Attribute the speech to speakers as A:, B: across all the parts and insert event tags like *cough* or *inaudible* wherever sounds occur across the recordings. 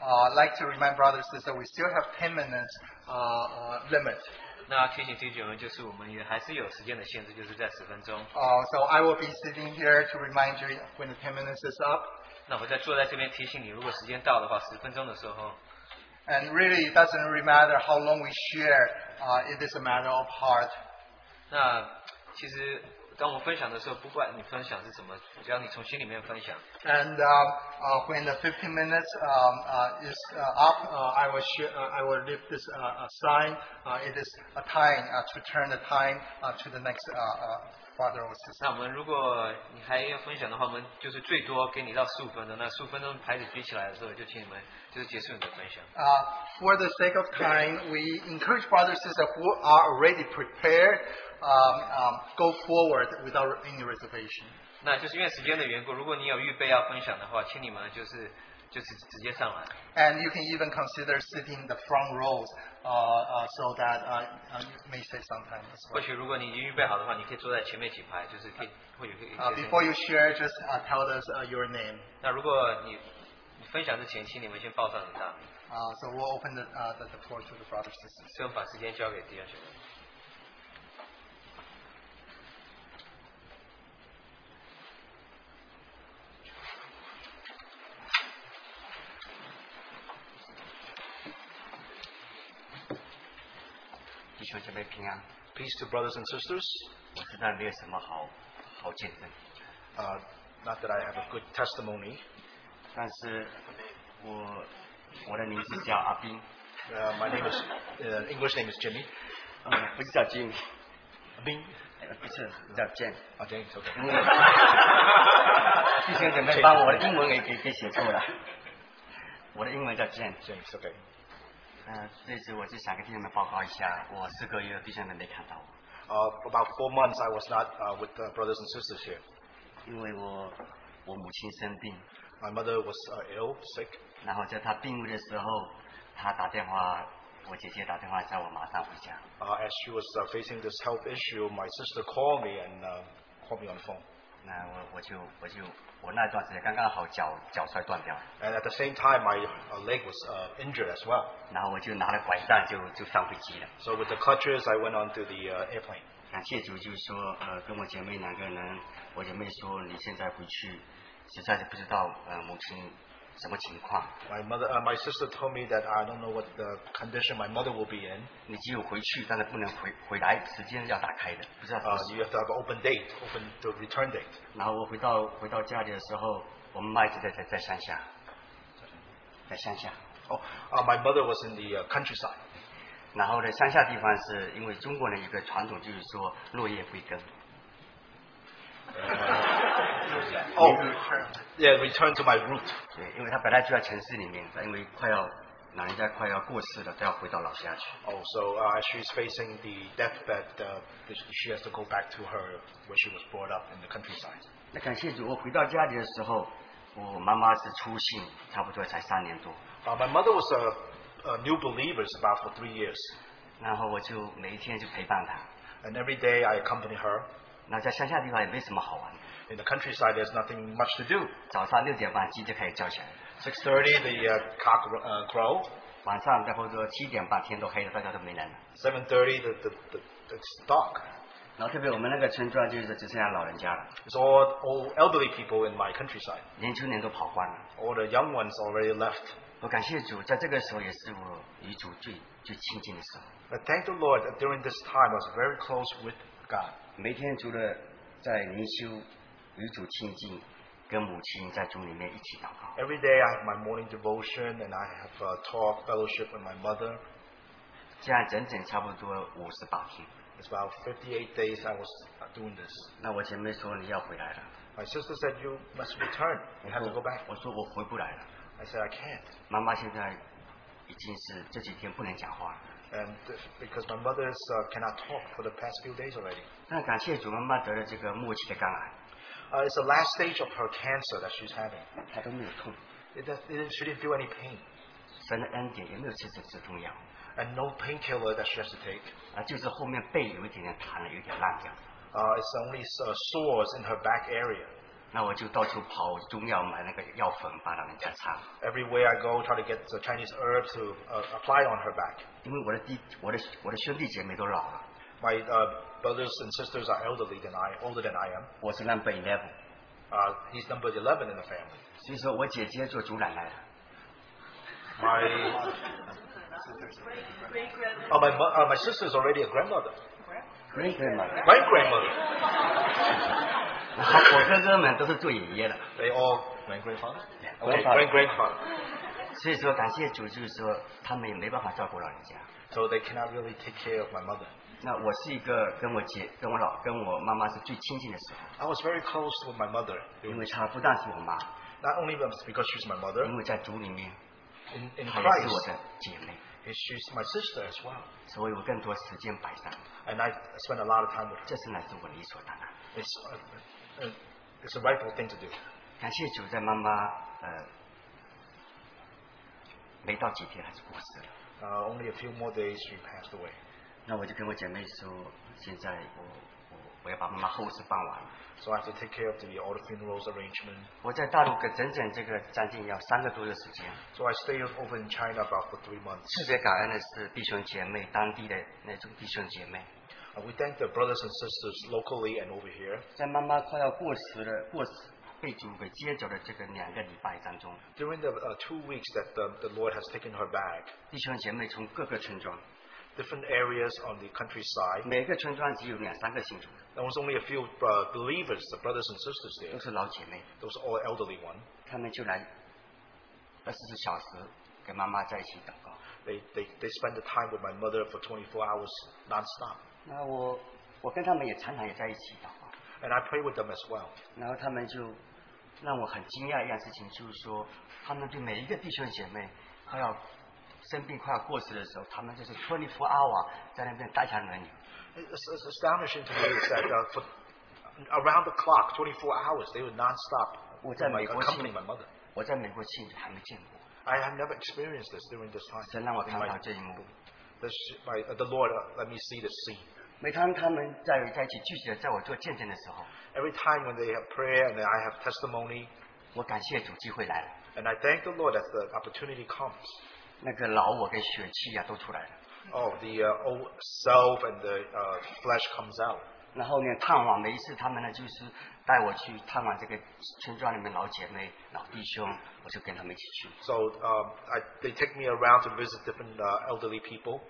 A: Uh, like to remind brothers is that we still have 10 minutes uh, limit.
B: 那提醒弟兄们，就是我们也还是有时间的限制，就是在十分钟。
A: Uh, So I will be sitting here to remind you when the 10 minutes is up.
B: 那我在坐在这边提醒你，如果时间到的话，十分钟的时候，
A: And really, it doesn't really matter how long we share. Uh, it is a matter of heart.
B: 那其实当我分享的时候，不管你分享是什么，只要你从心里面分享，
A: And um, uh, when the 15 minutes um, uh, is uh, up, uh, I will share, uh, I will leave this uh, uh, sign. Uh, it is a time uh, to turn the time uh, to the next uh, uh, brother or sister.
B: 那我们如果你还要分享的话，我们就是最多给你到十五分钟。那十五分钟牌子举起来的时候，就请你们就是结束你的分享。
A: Uh, for the sake of time, we encourage brothers and sisters who are already prepared um, um, go forward without any reservation.
B: 那就是因为时间的缘故，如果你有预备要分享的话，请你们就是就是直接上来。
A: And you can even consider sitting in the front rows uh, uh, so that uh, uh, you may say something as
B: 或
A: well.
B: 许如果你已经预备好的话，你可以坐在前面几排，就是可以会有一个一
A: Uh,
B: 些
A: before you share, just uh, tell us uh, your name.
B: 那如果你你分享之前，请你们先报上你的大名，
A: Uh, so we'll open the, uh, the, the floor to the brothers and sisters.
B: 所以我们把时间交给弟兄姐妹。
C: 弟兄姐妹平安。
D: Peace to brothers and sisters.
C: 我知道没有什么好好见证，
D: Uh, not that I have a good testimony. Uh,
C: 但是我我的名字叫阿斌，
D: Uh, my name is uh, English name is Jimmy.
C: 呃，不是叫 Jim，
D: Bing.
C: 呃不是叫 Jan。
D: Oh, James. Okay.
C: 嗯 *laughs* 弟兄姐妹把我的英文也给给写错
D: *laughs*
C: 了，我的英文叫 Jan。
D: James. Okay.
C: 嗯，这次我就想跟弟兄们报告一下，我四个月弟兄们没看到我，
D: Uh, for about four months, I was not uh, with uh, brothers and sisters here.
C: 因为我我母亲生病，
D: My mother was uh, ill, sick,
C: 然后在她病危的时候，她打电话，我姐姐打电话叫我马上回家。
D: Uh, as she was uh, facing this health issue, my sister called me and uh, called me on the phone.
C: 那我我就我就我那段时间刚刚好脚脚摔断掉了，
D: And at the same time, my uh, leg was uh, injured as well.
C: 然后我就拿了拐杖就就上飞机了。
D: So with the crutches, I went onto the uh, airplane.
C: 感谢主，就是说呃跟我姐妹两个人，我姐妹说你现在回去，实在是不知道呃母亲什么情况，
D: My mother, uh, my sister told me that I don't know what the condition my mother will be in.
C: 你只有回去，但是不能回回来，时间要打开的，不知道什
D: Uh,
C: 么时
D: you have to have an open date, open the return date.
C: 然后我回到回到家里的时候，我妈一直在在在乡下，在乡下。
D: Oh, uh, my mother was in the uh, countryside.
C: 然后呢，乡下地方是因为中国人有个传统，就是说落叶归根。
A: *laughs*
D: Oh, yeah, return to my root.
C: 对，因为他本来就在城市里面，因为快要老人家快要过世了，都要回到老家去。
D: Oh, so uh, as she's facing the deathbed, uh, she has to go back to her where she was brought up in the countryside.
C: 那感谢主，我回到家里的时候，我妈妈是初信，差不多才三年多。
D: Uh, my mother was a, a new believer it's about for three years,
C: 然后我就每一天就陪伴她。
D: and every day I accompany her.
C: 那在乡下地方也没什么好玩的，
D: In the countryside, there's nothing much to do.
C: 早上六点半鸡就开始叫起来了，
D: 6:30, the uh, cock uh, crow.
C: 晚上差不多七点半天都黑了，大家都没人了。
D: 7:30, the, the, the, it's dark.
C: 然后特别我们那个村庄就是只剩下老人家了，
D: It's all all elderly people in my countryside.
C: 年轻人都跑光了。
D: All the young ones already left.
C: 我感谢主，在这个时候也是我与主最最亲近的时候。
D: But thank the Lord that during this time I was very close with God.
C: 每天除了在灵修与主亲近，跟母亲在主里面一起祷告。
D: Every day I have my morning devotion and I have uh, talk fellowship with my mother.
C: 这样整整差不多五十八天。
D: It's about 58 days I was uh, doing this.
C: 那我姐妹说你要回来了，
D: My sister said, "You must return. You
C: 我
D: have to
C: 说
D: go back."
C: 我说我回不来了，
D: I said, "I can't,"
C: 妈妈现在已经是这几天不能讲话了。
D: and th- because my mother is, uh, cannot talk for the past few days already.
C: 但感谢主，妈妈得了这个末期的肝癌，
D: Uh, it's the last stage of her cancer that she's having.
C: 她都没有痛，
D: It does, it, she didn't feel any pain,
C: 神的恩典也没有吃止止痛药，
D: and no painkiller that she has to take.
C: 啊，就是后面背有一点点弹了，有点烂掉。
D: Uh, it's only uh, sores in her back area.
C: 那我就到处跑，我中药买那个药粉帮老人家擦。
D: Everywhere I go, try to get the Chinese herb to uh, apply on her back.
C: 因为我的弟、我的我的兄弟姐妹都老了，
D: My uh, brothers and sisters are elderly than I, older than I am.
C: 我是 number eleven，
D: Uh, he's number 11 in the family.
C: 所以说我姐姐做祖奶奶的，
D: My
E: Great grandmother.
D: oh, my mo- uh, my sister is already a grandmother,
C: great grandmother。
D: great grandmother.
C: 然后我哥哥们都是做爷爷的，
D: They all great grandfather, great
C: grandfather.
D: grandfather.
C: *laughs* 所以说感谢主，就是说他们也没办法照顾老人家。
D: So they cannot really take care of my mother.
C: 那我是一个跟我姐、跟我老、跟我妈妈是最亲近的时候，
D: I was very close with my mother.
C: 因为她不但是我妈，
D: Not only because she's my mother,
C: 因为在族里面
D: in, in
C: 她也是我
D: Christ,
C: 的姐妹，
D: she's my sister as well.
C: 所以我更多时间摆上，
D: And I spend a lot of time with her.
C: 这是呢是我理所当然。
D: It's, uh, uh, it's a rightful thing to do.
C: 感谢主，在妈妈呃没到几天还是过世了。
D: Uh, only a few more days she passed away.
C: 那我就跟我姐妹说，现在我我我要把妈妈后事办完了。
D: So I have to take care of the all the funerals arrangement.
C: 我在大陆跟整整这个将近要三个多月时间。
D: So I stayed over in China about for three months.
C: 特别感恩的是弟兄姐妹，当地的那种弟兄姐妹，
D: And we thank the brothers and sisters locally and over here.
C: 在妈妈快要过世了，过世被主给接走的呃这个两个礼拜当中，
D: During the uh, two weeks that the, the Lord has taken her back,
C: 弟兄姐妹从各个村庄，
D: different areas on the countryside,
C: 每个村庄只有两三个信徒，
D: there was only a few uh, believers, the brothers and sisters
C: 都
D: there.
C: 是老姐妹，
D: Those all elderly one.
C: 他们就来二十四小时跟妈妈在一起祷告。
D: They, they, they spend the time with my mother for 24 hours nonstop.
C: 那我我跟他们也常常也在一起祷告，
D: And I pray with them as well.
C: 然后他们就让我很惊讶一样事情，就是说他们对每一个弟兄姐妹快要生病、快要过世的时候，他们就是 twenty four hour 在那边搭强轮椅。
D: It's, it's astonishing to me is that uh, for around the clock, 24 hours, they were nonstop
C: Well,
D: with
C: that
D: my,
C: make-
D: accompanying my mother.
C: 我在美国信主还没见过，
D: I have never experienced this during this
C: 神
D: time.
C: 让我
D: In
C: 看
D: my-
C: 到这一幕。
D: the, sh- my, uh, the Lord uh, let me see the scene.
C: 每当他们在在一起聚集的，在我做见证的时候，
D: Every time when they have prayer and I have testimony,
C: 我感谢主机会来了，
D: and I thank the Lord that the opportunity comes.
C: 那个老我跟血气啊都出来了，
D: Oh, the uh, old self and the uh, flesh comes out.
C: 然后呢探望，每一次他们呢就是带我去探望这个村庄里面老姐妹、老弟兄，我就跟他们一起去。
D: So um, I, they take me around to visit different uh, elderly people.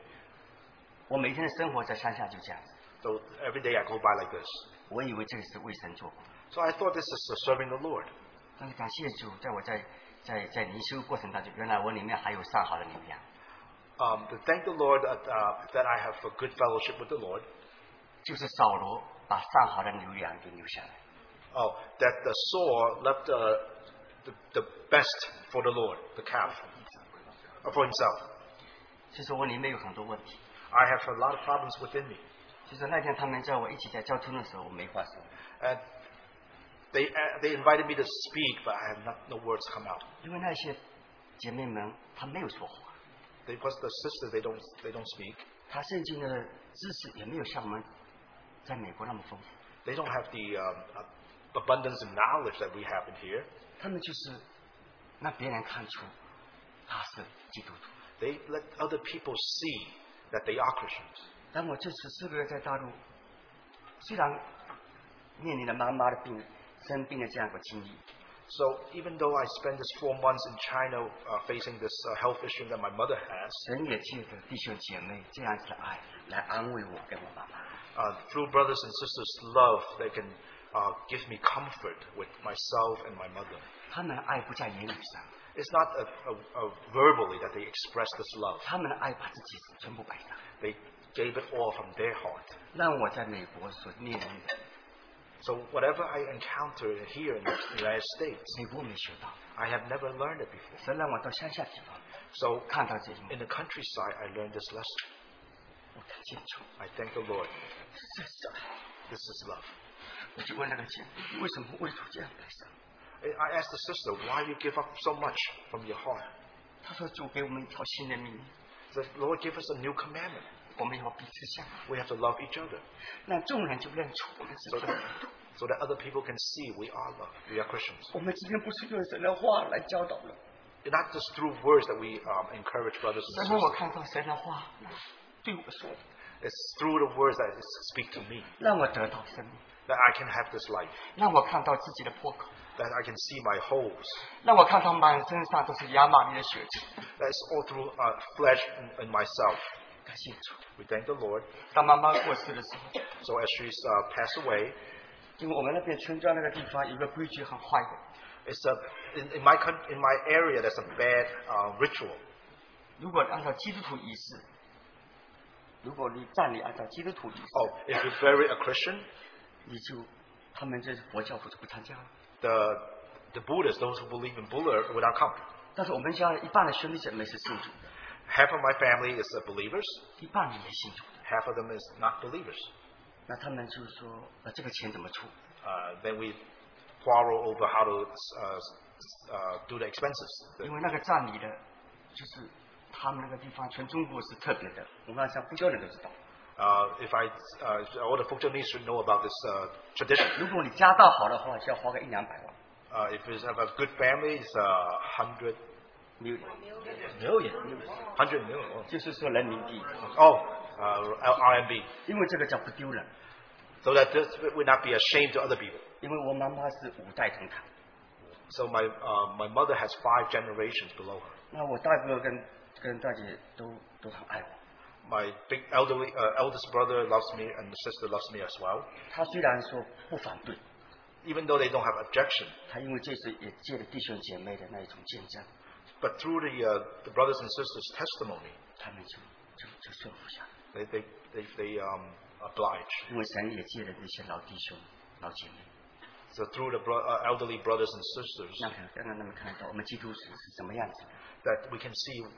C: 我每天的生活在乡下就这样子，
D: So every day I go by like this.
C: 我以为这个是为神做工，
D: So I thought this is uh, serving the Lord.
C: 但是感谢主，在我在在在灵修过程当中，原来我里面还有上好的力量。
D: Um, to thank the Lord that, uh, that I have a good fellowship with the Lord.
C: 就是扫罗把上好的牛羊给留下来，
D: Oh, that the Saul left uh, the, the best for the Lord, the calf, uh, for himself.
C: 就是我里面有很多问题。
D: I have a lot of problems within me.
C: 就是那天他们叫我一起在交通的时候，我没话说，
D: And they, uh, they invited me to speak, but I have not, no words come out.
C: 因为那些姐妹们她没有说话，
D: They, because the sisters, they don't, they don't speak.
C: 她圣经的知识也没有像我们在美国那么丰富，
D: They don't have the um, uh, abundance of knowledge that we have in here.
C: 她们就是让别人看出她是基督徒。
D: They let other people see that they are Christians.
C: 但我这次四个月在大陆，虽然面临了妈妈的病、生病的这样一个经历，
D: So even though I spent this four months in China uh, facing this uh, health issue that my mother has,
C: 神也借着弟兄姐妹这样子的爱来安慰我跟我妈妈。
D: uh, through brothers and sisters' love, they can uh, give me comfort with myself and my mother.
C: 他们的爱不在言语上，
D: It's not a, a, a verbally that they express this love.
C: 他们的爱把自己全部摆上，
D: They gave it all from their heart.
C: 让我在美国所面临的，
D: So whatever I encounter here in the United States,
C: 美国没学到，
D: I have never learned it before.
C: 神让我到乡下地方
D: So
C: 看到这一幕
D: in，the countryside, I learned this lesson.
C: 我看清楚，
D: I thank the Lord.
C: 这是爱。
D: This is love.
C: 我就问那个姐，为什么为主这样摆上？
D: I I asked the sister, why you give up so much from your heart?
C: 她说主给我们一条新的命令，
D: The Lord give us a new commandment.
C: 我们要彼此相爱。
D: We have to love each other.
C: 那众人就认出我们是基督徒。
D: so that other people can see we are loved. We are Christians.
F: 我们今天不是用神的话来教导人，
D: Not just through words that we um, encourage brothers
F: 但
D: and
F: 是我
D: sisters.
F: 看到神的话对我说的，
D: It's through the words that it speak to me
F: 让我得到生命，
D: that I can have this life,
F: 让我看到自己的破口，
D: that I can see my holes.
F: 让我看到满身上都是亚玛力的血迹。
D: That's all through uh, flesh and, and myself.
F: 感谢主，
D: We thank the Lord.
F: 当妈妈过世的时候，
D: So as she's uh, passed away,
F: 因为我们那边村庄那个地方有一个规矩很坏的，
D: it's a, in, in, my, coun- in my area, there's a bad uh, ritual.
F: 如果按照基督徒仪式，如果你站立按照基督徒仪式，
D: Oh, if you bury a Christian,
F: 你就他们这是佛教不不参加了。
D: the, the Buddhists, those who believe in Buddha, will not come.
F: 但是我们家一半的兄弟姐妹是信主的，
D: Half of my family is uh, believers,
F: *laughs* 一半人也信主的，
D: half of them is not believers.
F: 那他们就说，呃，这个钱怎么出？
D: Uh, then we quarrel over how to uh, s- uh, do the expenses.
F: 因为那个站里的，就是他们那个地方，全中国是特别的。我们像呼叫人都知道，
D: Uh, if I, uh, all the Fujianese should know about this uh, tradition.
F: 如果你家道好的话，就要花个一两百万，
D: Uh, if you have a good family, it's uh, 100
F: 没有，
D: million. 100 million.
F: 就是说人民币，
D: Oh, uh, R- RMB.
F: 因为这个叫不丢人。
D: So that this would not be a shame to other people.
F: 因为我妈妈是五代同堂，
D: So my, uh, my mother has five generations below her.
F: 那我大哥跟跟大姐都都很爱我。
D: My big elderly, uh, eldest brother loves me and the sister loves me as well.
F: 他虽然说不反对，
D: Even though they don't have objection,
F: 他因为这次也借了弟兄姐妹的那一种见证，
D: but through the, uh, the brothers and sisters' testimony,
F: 他们就就就顺服下来，
D: they, they, they, they um, oblige.
F: 因为神也借了那些老弟兄、老姐妹，
D: So through the bro- uh, elderly brothers and sisters,
F: 让他让他们看到我们基督徒是什么样子的。
D: that we can see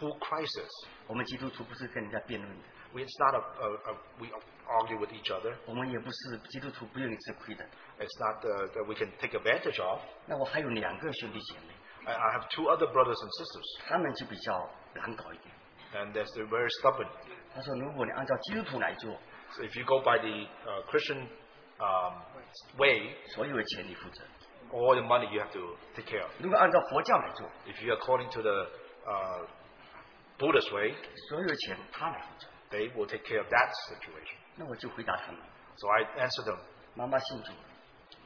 D: who Christ is.
F: 我们基督徒不是跟人家辩论的，
D: We, it's not a, a, a we argue with each other.
F: 我们也不是基督徒不愿意吃亏的。
D: It's not uh, that we can take advantage of.
F: 那我还有两个兄弟姐妹，
D: I, I have two other brothers and sisters,
F: 他们就比较难搞一点。
D: and they're, they're very stubborn.
F: 他说，如果你按照基督徒来做，
D: So if you go by the uh, Christian um, way,
F: 所有的钱你负责；
D: all the money you have to take care of.
F: 如果按照佛教来做，
D: If you're according to the uh, Buddhist way,
F: 所有的钱他来负责。
D: they will take care of that situation.
F: 那我就回答他们：
D: So I answer them.
F: 妈妈信主，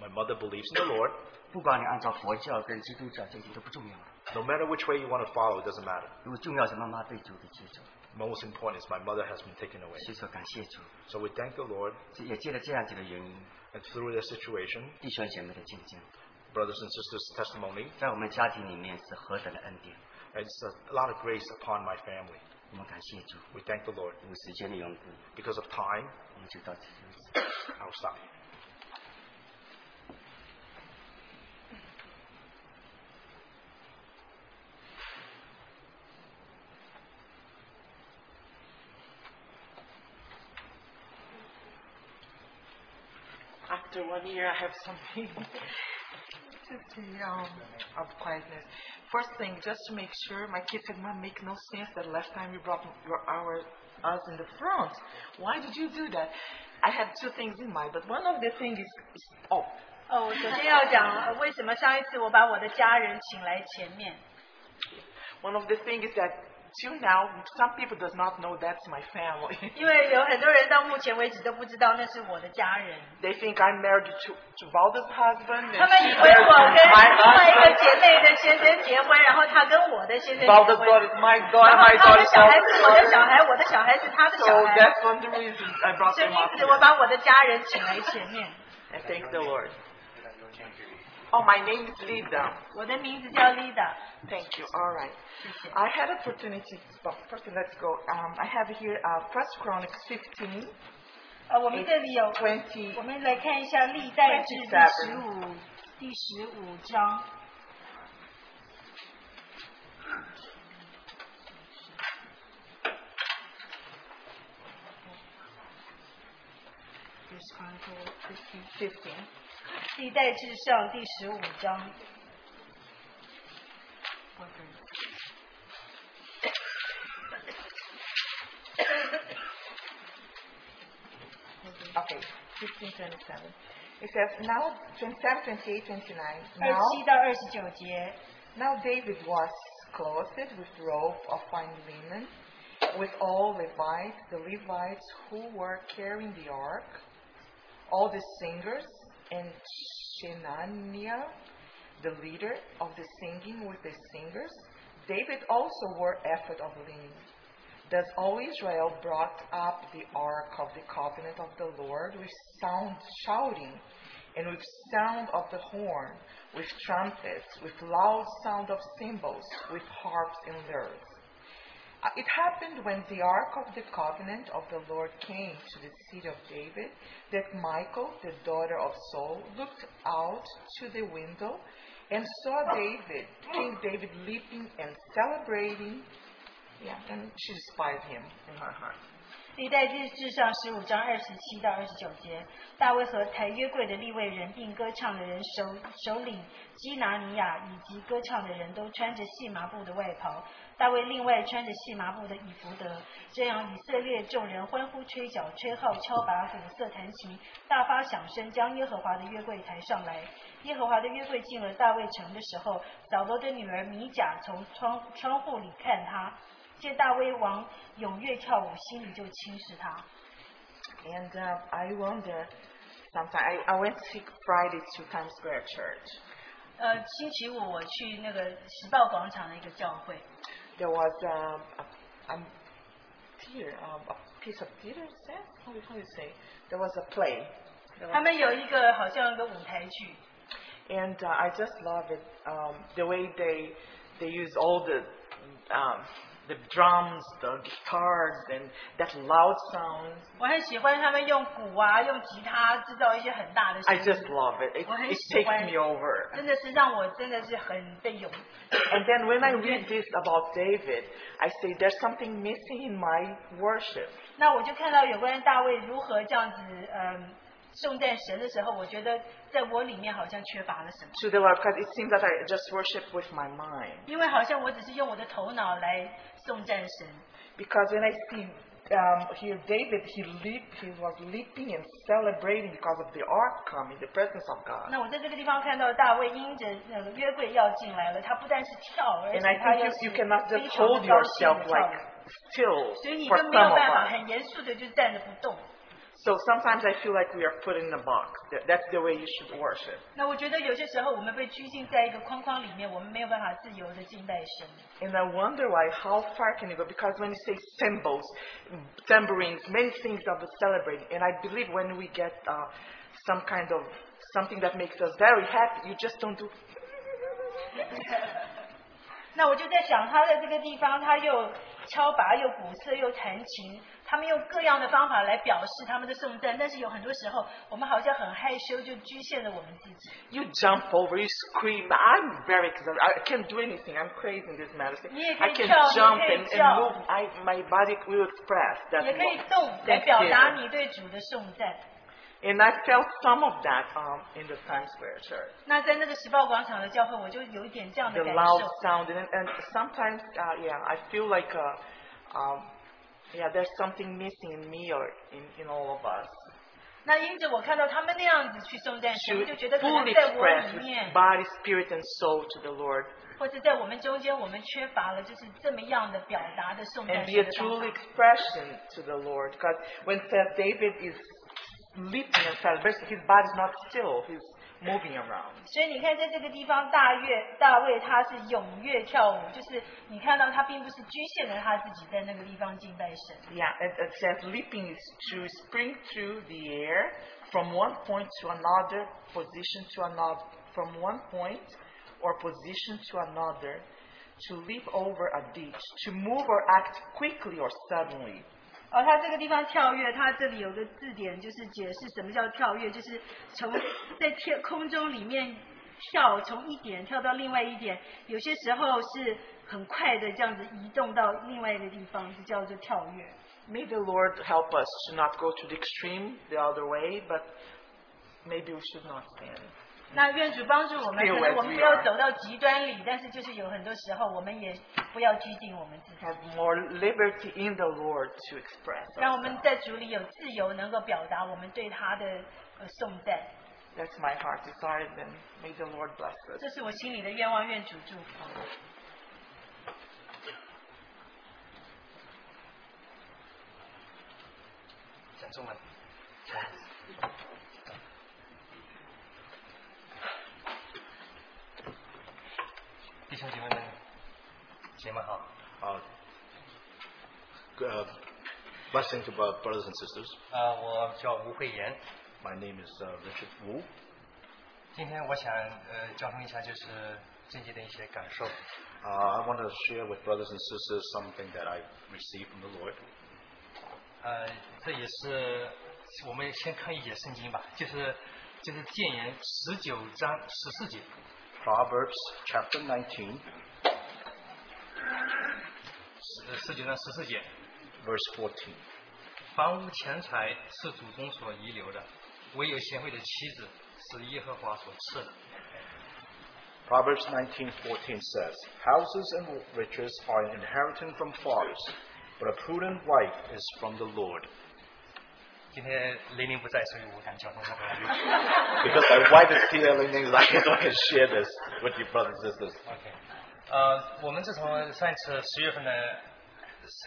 D: My mother believes in the Lord.
F: 不管你按照佛教跟基督教，这些都不重要了。
D: No matter which way you want to follow, it doesn't matter.
F: 如果重要是妈妈被主给接走，
D: Most important is my mother has been taken away.
F: 所以说感谢主，
D: So we thank the Lord,
F: 这也借着这样子的原因，
D: and through this situation,
F: 弟兄姐妹的见证，
D: brothers and sisters' testimony,
F: 在我们家庭里面是何等的恩典，
D: it's a lot of grace upon my family.
F: 我们感谢主。
D: We thank the Lord.
F: 因为时间的缘故，
D: Because of time,
F: 我们就到此为止。
D: I'll stop here.
E: After one year, I have something *laughs* just the um, of quietness. First thing, just to make sure, my kids said, "Mom, make no sense that last time you brought your our us in the front. Why did you do that?" I had two things in mind, but one of the things is, is oh,
G: 哦，我首先要讲呃为什么上一次我把我的家人请来前面。
E: one of the things is that till now some people does not know that's my family. *laughs*
G: 因为有很多人到目前为止都不知道那是我的家人，
E: they think I'm married to to Valda's husband. And
G: 他们以
E: she's
G: 为
E: married *laughs* to
G: 我跟
E: my
G: 另外一
E: husband.
G: 个姐妹的先生结婚，然后他跟我的先生结
E: Valda's
G: 婚。
E: daughter is my daughter,
G: 然后
E: my
G: 他
E: daughter
G: 的
E: is
G: 小孩是我
E: Valda's
G: 的小
E: daughter.
G: 孩，我的小孩是他的
E: So
G: 小孩
E: that's。one of the reasons I brought
G: 所以
E: them up.
G: 因此，
E: here.
G: 我把我的家人请来前面。
E: I thank the Lord. Oh, my name is Lida.
G: 我的名字叫 Lida，
E: Thank you. All right.
G: 谢谢。
E: I had opportunity. But first, let's go. Um, I have here uh, First Chronicles 15,
G: 呃，Uh, 我们这里有，
E: 20.
G: 我们来看一下历代志第十五第十五章。
E: First Chronicles 15. 15.
G: 历代至上第十五章，
E: Okay. 1527. It says, now, 27, 28, 29.
G: 二
E: Now,
G: 七到二十九节，
E: now David was clothed with robe of fine linen, with all Levites, the Levites who were carrying the ark, all the singers, and Shenaniah, the leader of the singing with the singers. David also wore ephod of linen. Thus all Israel brought up the ark of the covenant of the Lord with sound shouting, and with sound of the horn, with trumpets, with loud sound of cymbals, with harps and lyres. Uh, It happened when the ark of the covenant of the Lord came to the city of David that Michael, the daughter of Saul, looked out to the window and saw David, King David, leaping and celebrating. Yeah, and she despised him in her heart.
G: 历代志至上十五章二十七到二十九节，大卫和抬约柜的立位人并歌唱的人首首领基拿尼亚以及歌唱的人都穿着细麻布的外袍，大卫另外穿着细麻布的以弗得。这样，以色列众人欢呼、吹角、吹号、敲打鼓、瑟弹琴，大发响声，将耶和华的约柜抬上来。耶和华的约柜进了大卫城的时候，扫罗的女儿米甲从窗窗户里看他。见大威王踊跃跳舞，心里就轻视他。
E: And uh, I wonder, sometimes, I, I went sick Friday to Times Square Church.
G: 呃，星期五我去那个时报广场的一个教会，
E: There was um, a, a, theater, um, a piece of theater, is that? how do you- how do you say? There was a play. There
G: 他
E: was-
G: 们有一个好像一个舞台剧，
E: And uh, I just love it, um, the way they, they use all the, um, the drums, the guitars, and that loud sound.
G: 我很喜欢他们用鼓啊，用吉他制造一些很大的
E: I
G: 声
E: just
G: 音，
E: love it. It,
G: Why
E: it
G: so why-
E: takes me over.
G: 真的是让我真的是很被勇。
E: And then when I read this about David, I say there's something missing in my worship.
G: 那我就看到有关于大卫如何这样子，嗯，颂赞神的时候，我觉得在我里面好像缺乏了什么，
E: to the Lord because it seems that I just worship with my mind.
G: 因为好像我只是用我的头脑来颂赞神，
E: Because when I see um, here David, he leap, he was leaping and celebrating because of the ark coming, the presence of God.
G: 那我在这个地方看到大卫因着那个约柜要进来了，他不但是跳，而
E: And I
G: 且他
E: think
G: 又
E: you,
G: 是
E: you cannot
G: 非
E: just
G: 常的
E: hold
G: 高兴
E: yourself
G: 的跳
E: like
G: 了。
E: still
G: *laughs* 所以你
E: for
G: 根本没
E: some
G: 有
E: of
G: 办法
E: us.
G: 很严肃的就站着不动。
E: So sometimes I feel like we are put in a box. That, that's the way you should worship.
G: 那我觉得有些时候我们被拘禁在一个框框里面，我们没有办法自由的敬拜神。 *laughs*
E: And I wonder why, how far can you go? Because when you say symbols, tambourines, many things that we celebrate, and I believe when we get uh, some kind of something that makes us very happy, you just don't do.
G: 那我就在想，他在这个地方，他又敲拔，又鼓瑟，又弹琴，他们用各样的方法来表示他们的颂赞。但是有很多时候，我们好像很害羞，就局限了我们自己。
E: You jump over, you scream. I'm very exhausted. I can't do anything. I'm crazy in this matter.
G: Yeah,
E: I
G: great
E: can
G: job,
E: jump
G: great
E: and, and
G: job.
E: move. I, my body will express that.
G: 也可以
E: mo-
G: 动来
E: that
G: 表达
E: feeling.
G: 你对主的颂赞。
E: And I felt some of that um, in the Times Square Church.
G: 那在那个时报广场的教会，我就有一点这样的
E: the
G: 感
E: loud
G: 受。
E: sound and, and sometimes uh, yeah i feel like uh, um, yeah there's something missing in me or in, in all of us
G: 那因此我看到他们那样子去颂赞
E: to
G: 神，我就觉得可能
E: fully
G: 在我
E: express
G: 里
E: with
G: 面，
E: body spirit and soul to the lord
G: 或者在我们中间，我们缺乏了就是这么样的表达的颂
E: and
G: 赞
E: be a
G: 神的方
E: true
G: 法。
E: expression to the lord because when Seth david is leaping and celebrating his body's not still he's moving around
G: 所以你看，在这个地方，大乐大卫他是踊跃跳舞，就是你看到他并不是局限了他自己在那个地方敬拜神。
E: yeah it, it says leaping is to spring through the air from one point to another position to another from one point or position to another to leap over a ditch to move or act quickly or suddenly
G: 哦，他这个地方跳跃，他这里有个字典，就是解释什么叫跳跃，就是 *laughs* 从在天空中里面跳，从一点跳到另外一点，有些时候是很快的这样子移动到另外一个地方，就叫做跳跃。
E: may the lord help us to not go to the extreme the other way but maybe we should not stand
G: 那愿主帮助我们，
E: Stay
G: 可
E: away
G: 能我们
E: from
G: 不要
E: your-
G: 走到极端里，但是就是有很多时候，我们也不要拘谨我们自己，
E: have more liberty in the lord to express
G: 让我
E: ourselves.
G: 们在主里有自由，能够表达我们对他的呃颂赞。
E: That's my heart desire, and may the Lord bless us.
G: 这是我心里的愿望，愿主祝福。
H: 讲中文。弟兄姐妹们，姐妹好。
D: Uh, g- uh, blessing to bro- brothers and sisters.
H: 啊，我叫吴慧妍。
D: My name is uh, Richard Wu.
H: 今天我想呃交通一下就是最近的一些感受。
D: Uh, I want to share with brothers and sisters something that I received from the Lord.
H: 呃，这也是我们先看一节圣经吧，就是就是谏言十九章十四节。
D: Proverbs chapter 19,
H: 十十九章十四节，
D: verse 14.
H: 房屋钱财是祖宗所遗留的，唯有贤惠的妻子是耶和华所赐的。
D: Proverbs 19:14 says, "Houses and riches are an inheritance from fathers, but a prudent wife is from the Lord."
H: 今天雷凌不在，所以我敢讲这个。
D: Because my wife is here, and then I can share this with you, brothers and sisters.
H: OK，呃，我们自从上一次十月份的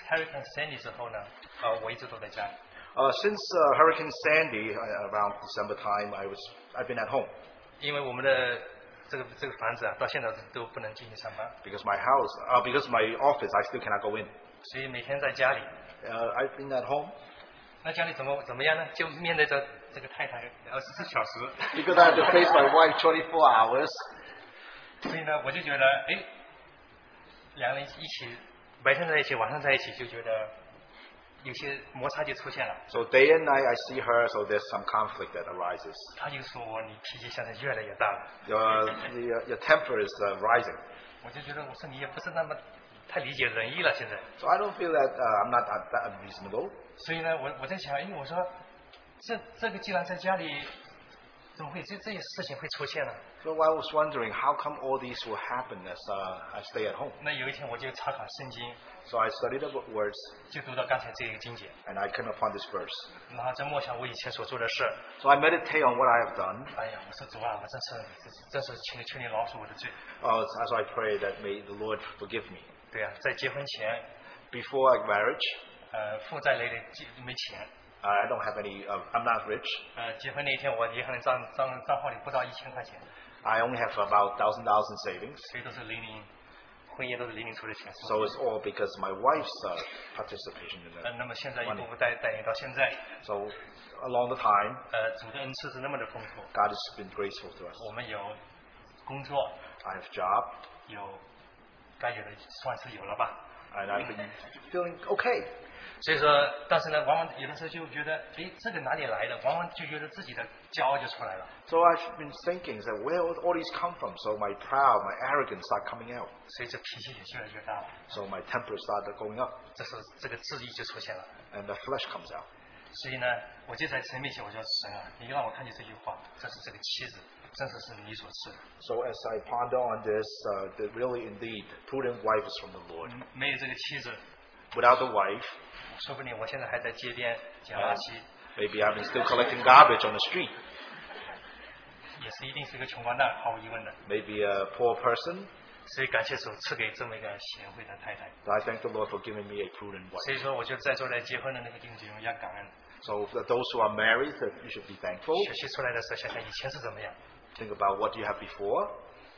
H: Hurricane Sandy 之后呢，呃，我一直都在家里。
D: Uh, since uh, Hurricane Sandy, uh, around December time, I was I've been at home
H: 因为我们的这个这个房子啊，到现在都不能进行上班，
D: because my house, uh, because my office, I still cannot go in.
H: 所以每天在家里。
D: Uh, I've been at home
H: 那家里怎么怎么样呢？就面对着这个太太二十四小时，
D: because I have to face my wife 24 hours.
H: 所以呢，我就觉得，哎，两人一起白天在一起，晚上在一起，就觉得有些摩擦就出现了。
D: So day and night I see her, so there's some conflict that arises.
H: 他就说我你脾气现在越来越大了，
D: Your your, your temper is uh, rising.
H: 我就觉得我说你也不是那么太理解人意了现在。
D: So I don't feel that uh, I'm not that, that unreasonable.
H: 所以呢，我我在想，哎，我说这这个既然在家里，怎么会这这些事情会出现呢？
D: So I was wondering how come all these will happen as uh, I stay at home.
H: 那有一天我就查考圣经，
D: So I studied the words
H: 就读到刚才这一个经节，
D: and I came upon this verse.
H: 然后再默想我以前所做的事。
D: So I meditate on what I have done.
H: 哎呀，我说主啊，我真是真是真是求你求你饶恕我的罪。
D: Uh, as I pray that may the Lord forgive me.
H: 对啊，在结婚前，
D: Before I marriage,
H: 呃，负债累累，就没钱。
D: uh, I don't have any. Uh, I'm not rich.
H: 呃，结婚那一天，我银行的账账账号里不到一千块钱，
D: I only have about thousand dollars in savings.
H: 所以都是零零，婚宴都是零零出的钱。
D: So it's all because my wife's uh, participation in
H: 呃，
D: that.
H: 那么现在一步步带带领到现在，
D: So along the time,
H: 呃，主的恩赐是那么的丰富，
D: God has been graceful to us.
H: 我们有工作，
D: I have job,
H: 有该有的算是有了吧。
D: and I've been feeling okay.
H: 所以说，但是呢，往往有的时候就觉得，哎，这个哪里来的？往往就觉得自己的骄傲就出来了。
D: So I've been thinking that where all all these come from. So my pride, my arrogance start coming out.
H: 所以这脾气也越来越大了。
D: So my temper started going up,
H: 这时候这个质疑就出现了。
D: and the flesh comes out.
H: 所以呢，我就在神面前，我就说神啊，你让我看见这句话，这是这个妻子，真的是你所赐的。
D: So as I ponder on this, uh, that really indeed prudent wife is from the Lord.
H: 没有这个妻子，
D: Without the wife,
H: 说不定我现在还在街边捡垃圾，
D: maybe I've been still collecting garbage on the street.
H: 也是一定是一个穷光蛋，毫无疑问的。
D: Maybe a poor person.
H: 所以感谢主赐给这么一个贤惠的太太。
D: So I thank the Lord for giving me a prudent
H: 所
D: wife.
H: 以说，我就在座在结婚的那个弟兄姐妹要感恩，
D: So for those who are married, that you should be thankful.
H: 学习出来的时候想想以前是怎么样，
D: Think about what you had before.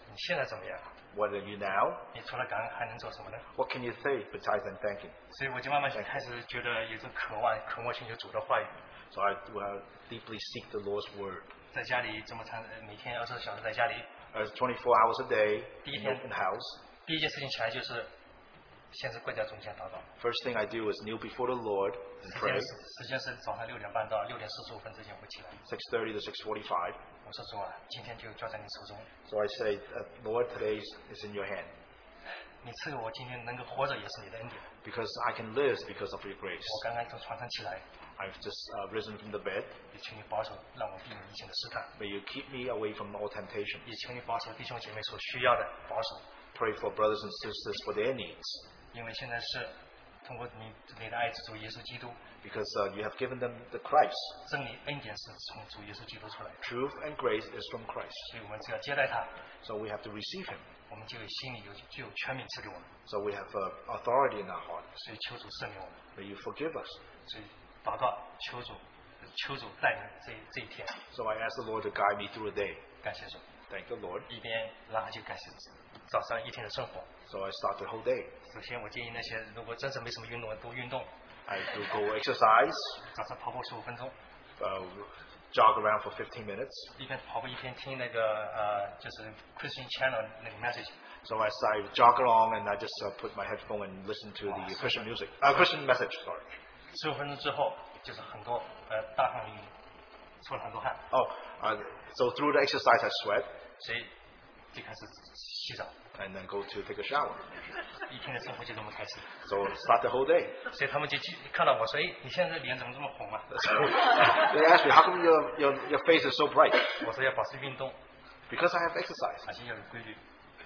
H: 你现在怎么样？
D: What are you now?
H: 你除了感恩还能做什么呢？
D: What can you say besides than thanking?
H: 所以我就慢慢开始觉得有种渴望，渴望寻求主的话语。
D: So I uh, deeply seek the Lord's word.
H: 在家里这么长，呃每天二十小时在家里，
D: Uh, it's 24 hours a day in the
H: Yeah.
D: open house.
H: 第一件事情起来就是先是跪在中间祷告。
D: First thing I do is kneel before the Lord and
H: 时
D: pray.
H: 间是时间是早上六点半到六点四十五分之间我起来。
D: 6:30 to 6:45.
H: 我说主啊，今天就交在你手中，
D: So I say, uh, Lord, today is in your hand
H: 你赐给我今天能够活着也是你的恩典。我
D: because I can live because of your grace.
H: 刚刚从床上起来，
D: I've just uh, risen from the bed.
H: 也请你保守，让我避免一切的试探，
D: May you keep me away from all temptation.
H: 也请你保守弟兄姐妹所需要的保守，
D: Pray for brothers and sisters for their needs
H: 因为现在是通过你你的爱子主耶稣基督，
D: because uh, you have given them the Christ.
H: 真理恩典是从主耶稣基督出来的，
D: Truth and grace is from Christ.
H: 所以我们只要接待他，
D: So we have to receive Him.
H: 我们就有心里有就有权柄赐给我们，
D: So we have uh, authority in our heart.
H: 所以求主赦免我们，
D: May you forgive us.
H: 所以祷告求主求主带领这这一天，
D: So I ask the Lord to guide me through the day.
H: 感谢主，
D: Thank the Lord.
H: 一边然后就感谢早上一天的生活。
D: So I start the whole day.
H: 首先我建议那些如果真是没什么运动的多运动，
D: I do go exercise,
H: 早上跑步十五分钟，
D: uh, jog around for 15 minutes.
H: 一边跑步一边听那个呃就是 Christian Channel 那个 message。
D: So as I jog along and I just uh, put my headphone and listen to the Christian music, uh, Christian message, sorry.
H: 十五分钟之后，就是很多呃大汗淋漓，出了很多汗，
D: Oh, uh, so through the exercise I sweat
H: 所以就开始洗澡。
D: and then go to take a shower.
H: 一天的生活就这么开始，
D: So start the whole day.
H: 所以他们就记看到我说：“哎，你现在这脸怎么这么红啊 *laughs*
D: So they ask me, how come your, your, your face is so bright?？”
H: 我说：“要保持运动，
D: Because I have exercised,
H: 而且要有规律，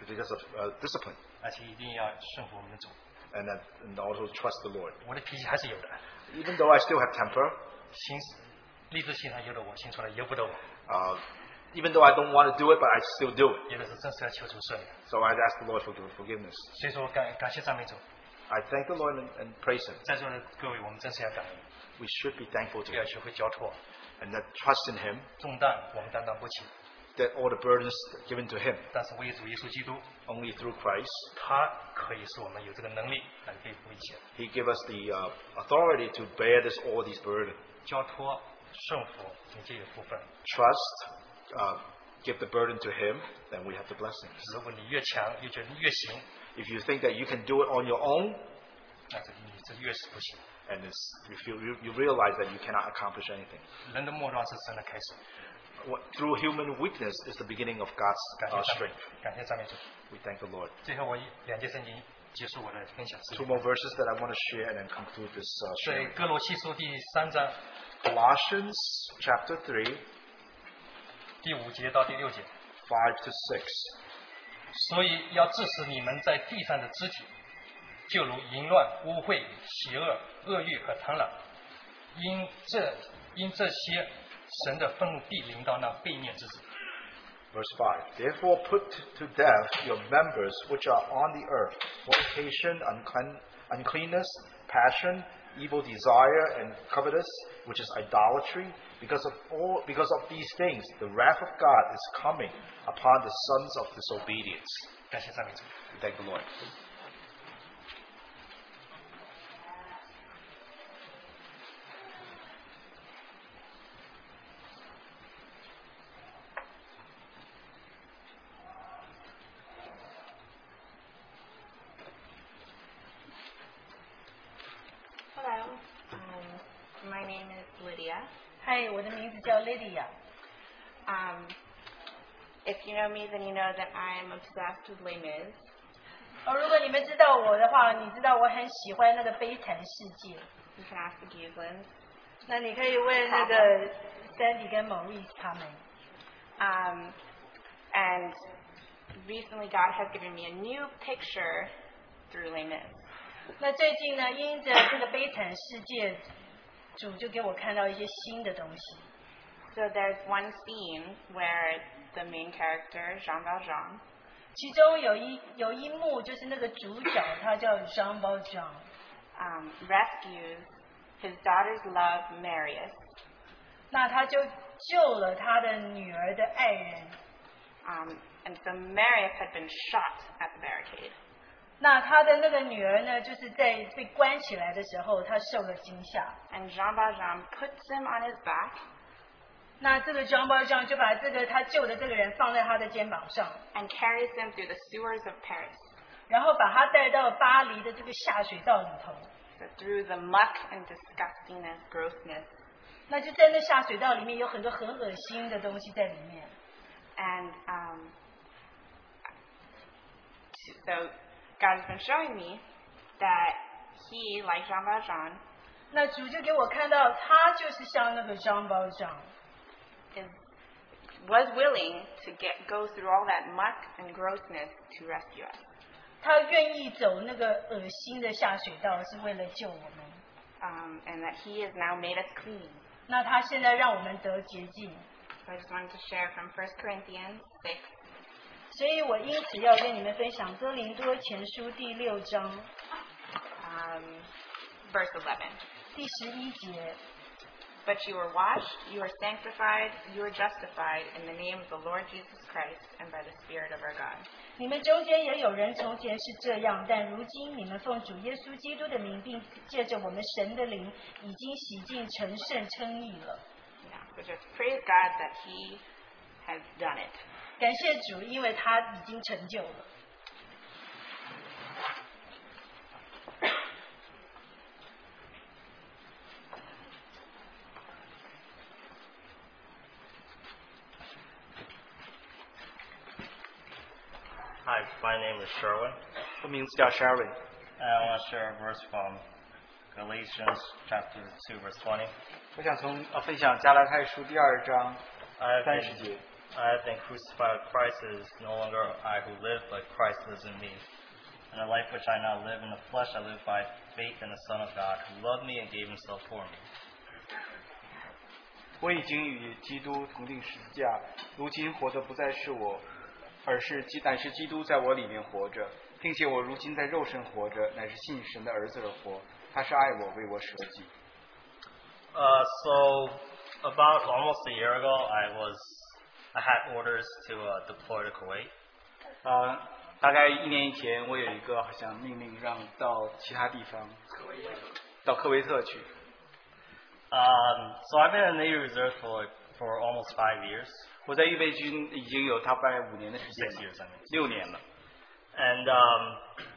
D: because of uh, discipline,
H: 而且一定要顺服我们的主。
D: and, that, and also trust the Lord. ”
H: 我的脾气还是有的，
D: Even though I still have temper,
H: 心理智性上由得我，心出来由不得我，
D: uh, even though I don't want to do it, but I still do it.
H: 有的时候真是要求助赦免。
D: So I ask the Lord for forgiveness.
H: 所以说我感感谢赞美主，
D: I thank the Lord and, and praise Him.
H: 在座的各位，我们真是要感恩，
D: We should be thankful to
H: 不要
D: Him
H: 学会交托，
D: and that trust in Him
H: 重担我们担当不起，
D: that all the burdens given to him
H: 但是为主耶稣基督，
D: only through Christ.
H: 他可以使我们有这个能力来背负一切。
D: He gave us the uh, authority to bear this all these burden.
H: 交托、顺服，你就有福分。
D: Trust, uh, give the burden to him, then we have the blessings.
H: 如果你越强，越觉得越行，
D: If you think that you can do it on your own,
H: 那这你这越是不行。
D: and it's, you feel you, you realize that you cannot accomplish anything.
H: 人的末端是神的开始。
D: What, through human weakness is the beginning of God's
H: 感
D: uh,
H: 谢赞美
D: strength.
H: 感谢赞美主。
D: We thank the Lord.
H: 最后我一两节圣经结束我的分享。
D: Two more verses that I want to share and then conclude this uh,
H: 对
D: sharing.
H: 哥罗西书第三章
D: Colossians chapter 3, 5
H: 第五节到第六节，
D: to 6.
H: 所以要致使你们在地上的肢体，就如淫乱、污秽、邪恶、恶欲和贪婪，因这因这些神的愤怒必临到那背面之子。
D: Verse 5 Therefore put to death your members which are on the earth fornication, unclean, uncleanness, passion, evil desire, and covetous, which is idolatry. Because of, all, because of these things, the wrath of God is coming upon the sons of disobedience.
H: 感谢赞美主。
D: We Thank the Lord.
G: Hello.
C: Um, my name is Lydia.
G: 嗨，我的名字叫 Lydia。
C: Um, if you know me, then you know that I'm obsessed with Les Mis.
G: 呃，如果你们知道我的话，你知道我很喜欢那个《悲惨世界》。
C: You can ask the Gieslands.
G: 那你可以问那个 Sandy 跟 Maurice 他们。
C: Um, and recently, God has given me a new picture through Les Mis.
G: 那最近呢，因着这个《悲惨世界》，主就给我看到一些新的东西。
C: So there's one scene where the main character, Jean Valjean,
G: 其中有一有一幕就是那个主角他叫 Jean Valjean，
C: um, rescues his daughter's love, Marius,
G: 那他就救了他的女儿的爱人。
C: Um, and so Marius had been shot at the barricade.
G: 那他的那个女儿呢，就是在被关起来的时候，她受了惊吓。
C: And Jean Valjean puts him on his back
G: 那这个 Jean Valjean 就把这个他救的这个人放在他的肩膀上，
C: and carries him through the sewers of Paris,
G: 然后把他带到巴黎的这个下水道里头。
C: so through the muck and disgustingness, grossness.
G: 那就在那下水道里面有很多很恶心的东西在里面。
C: And um, so God has been showing me that he, like Jean Valjean,
G: 那主就给我看到，他就是像那个 Jean Valjean，
C: is was willing to get go through all that muck and grossness to rescue us.
G: 他愿意走那个恶心的下水道，是为了救我们。
C: um, and that He has now made us clean.
G: 那他现在让我们得洁净，
C: So I just wanted to share from 1 Corinthians 6.
G: 所以我因此要跟你们分享《哥林多前书》第六章
C: Um, verse 11.
G: 第十一节。
C: But you are washed, you are sanctified, you are justified in the name of the Lord Jesus Christ and by the Spirit of our God.
G: 你们中间也有人从前是这样，但如今你们奉主耶稣基督的名，并借着我们神的灵，已经洗净成圣称义了。
C: Yeah, so just
I: *laughs*
C: praise God that He has done it.
G: 感谢主，因为他已经成就了。
J: Hi, my name is Sherwin.
F: 我名字叫 Sharon，
J: And Uh, I want to share a verse from Galatians chapter 2, verse 20.
F: 我想从呃分享加拉太书第二章
J: I
F: 三
J: have
F: 十
J: been,
F: 节。
J: I have been crucified with Christ. It is no longer I who live, but Christ lives in me. And the life which I now live in the flesh, I live by faith in the Son of God, who loved me and gave himself for me.
F: 我已经与基督同定十字架，如今活的不再是我，而是基乃是基督在我里面活着，并且我如今在肉身活着，乃是信神的儿子而活。他是爱我，为我舍己。
J: Uh, so about almost a year ago, I was I had orders to uh, deploy to Kuwait.
F: 呃，大概一年以前，我有一个好像命令让到其他地方，到科威特去。呃
J: Um, so I've been in the Navy Reserve for for almost five years,
F: 我在预备军已经有大概五年的时
J: six
F: 间了，
J: years I mean.
F: 六年了。
J: And um,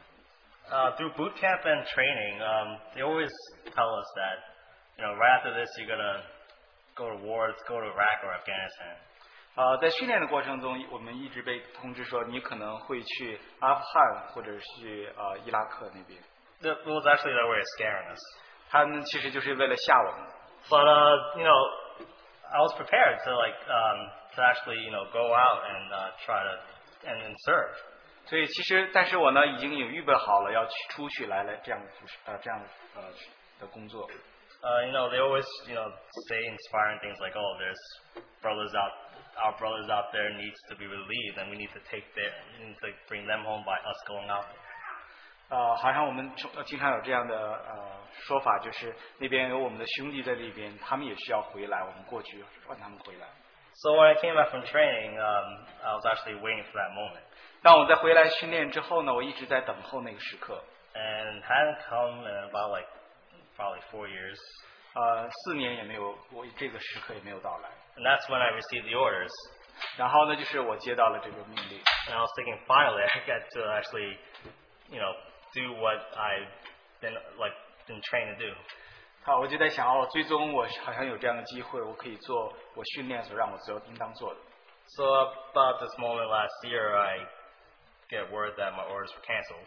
J: uh, through boot camp and training, um, they always tell us that you know right after this you're gonna go to war, let's go to Iraq or Afghanistan.
F: 呃，在训练的过程中，我们一直被通知说你可能会去阿富汗或者是去呃伊拉克那边。
J: That was actually their way of scaring us.
F: 他们其实就是为了吓我们。
J: But uh, you know, I was prepared to like um, to actually you know go out and uh, try to and then serve.
F: 所以其实，但是我呢已经有预备好了要去出去来来这样的服饰呃这样的呃的工作。
J: Uh, you know, they always you know say inspiring things like, "Oh, there's brothers out, our brothers out there needs to be relieved, and we need to take their, we need to bring them home by us going out." there."
F: 呃，好像我们从呃经常有这样的呃说法，就是那边有我们的兄弟在那边，他们也需要回来，我们过去让他们回来。
J: So when I came back from training, um, I was actually waiting for that moment,
F: 当我在回来训练之后呢，我一直在等候那个时刻。
J: and it hadn't come in about like probably four years,
F: 呃，四年也没有，我这个时刻也没有到来。
J: and that's when I received the orders.
F: 然后呢，就是我接到了这个命令，
J: And I was thinking, finally, *laughs* I got to actually, you know, do what I've been like been trained to do.
F: 好，我就在想哦，最终我是好像有这样的机会，我可以做我训练所让我所应当做的。
J: So about this moment last year, I get word that my orders were canceled.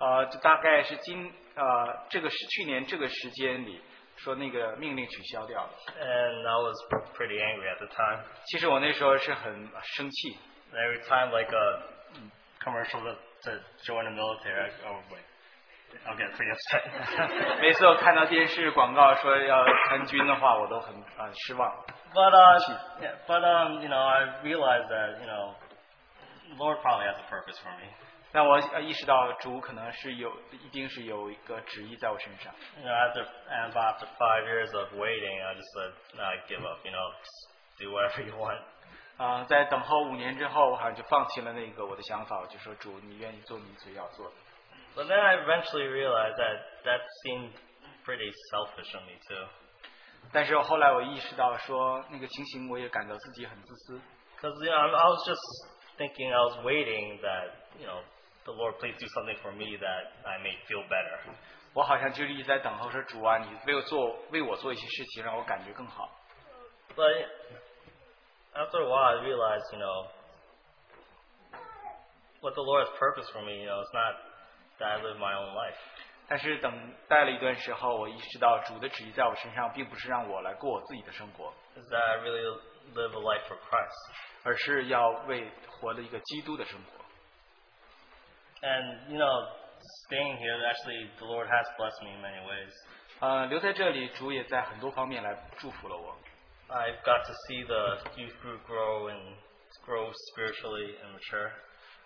F: 呃，就大概是今呃这个是去年这个时间里说那个命令取消掉了。
J: And uh, I was pretty angry at the time.
F: 其实我那时候是很生气，
J: And every time, like a commercial to, to join the military, I, I was like, I'll get pretty upset.
F: *laughs*
J: *laughs*
F: 每次我看到电视广告说要参军的话，我都很呃失望。
J: but uh, yeah, but um, you know, I realized that you know, Lord probably has a purpose for me.
F: 但我呃意识到主可能是有，一定是有一个旨意在我身上。
J: You know, after and after five years of waiting, I just said, nah, give up. You know, just do whatever you want.
F: 啊、在等候五年之后，我好像就放弃了那个我的想法，我就说主，你愿意做你所要做的。
J: But then I eventually realized that that seemed pretty selfish of me too,
F: 但是后来我意识到说，那个情形我也感到自己很自私。
J: because you know I'm- I was just thinking I was waiting that you know the Lord please do something for me that I may feel better.
F: 我好像就是一直在等候说主啊，你为我做为我做一些事情，让我感觉更好。
J: But after a while, I realized you know what the Lord's purpose for me. You know, it's not that I live my own life.
F: 但是等待了一段时候，我意识到主的旨意在我身上，并不是让我来过我自己的生活，
J: It's that I really live a life for Christ.
F: 而是要为活了一个基督的生活。
J: And, you know, staying here, actually, the Lord has blessed me in many ways.
F: 呃，留在这里，主也在很多方面来祝福了我。
J: I've got to see the youth group grow and grow spiritually and mature.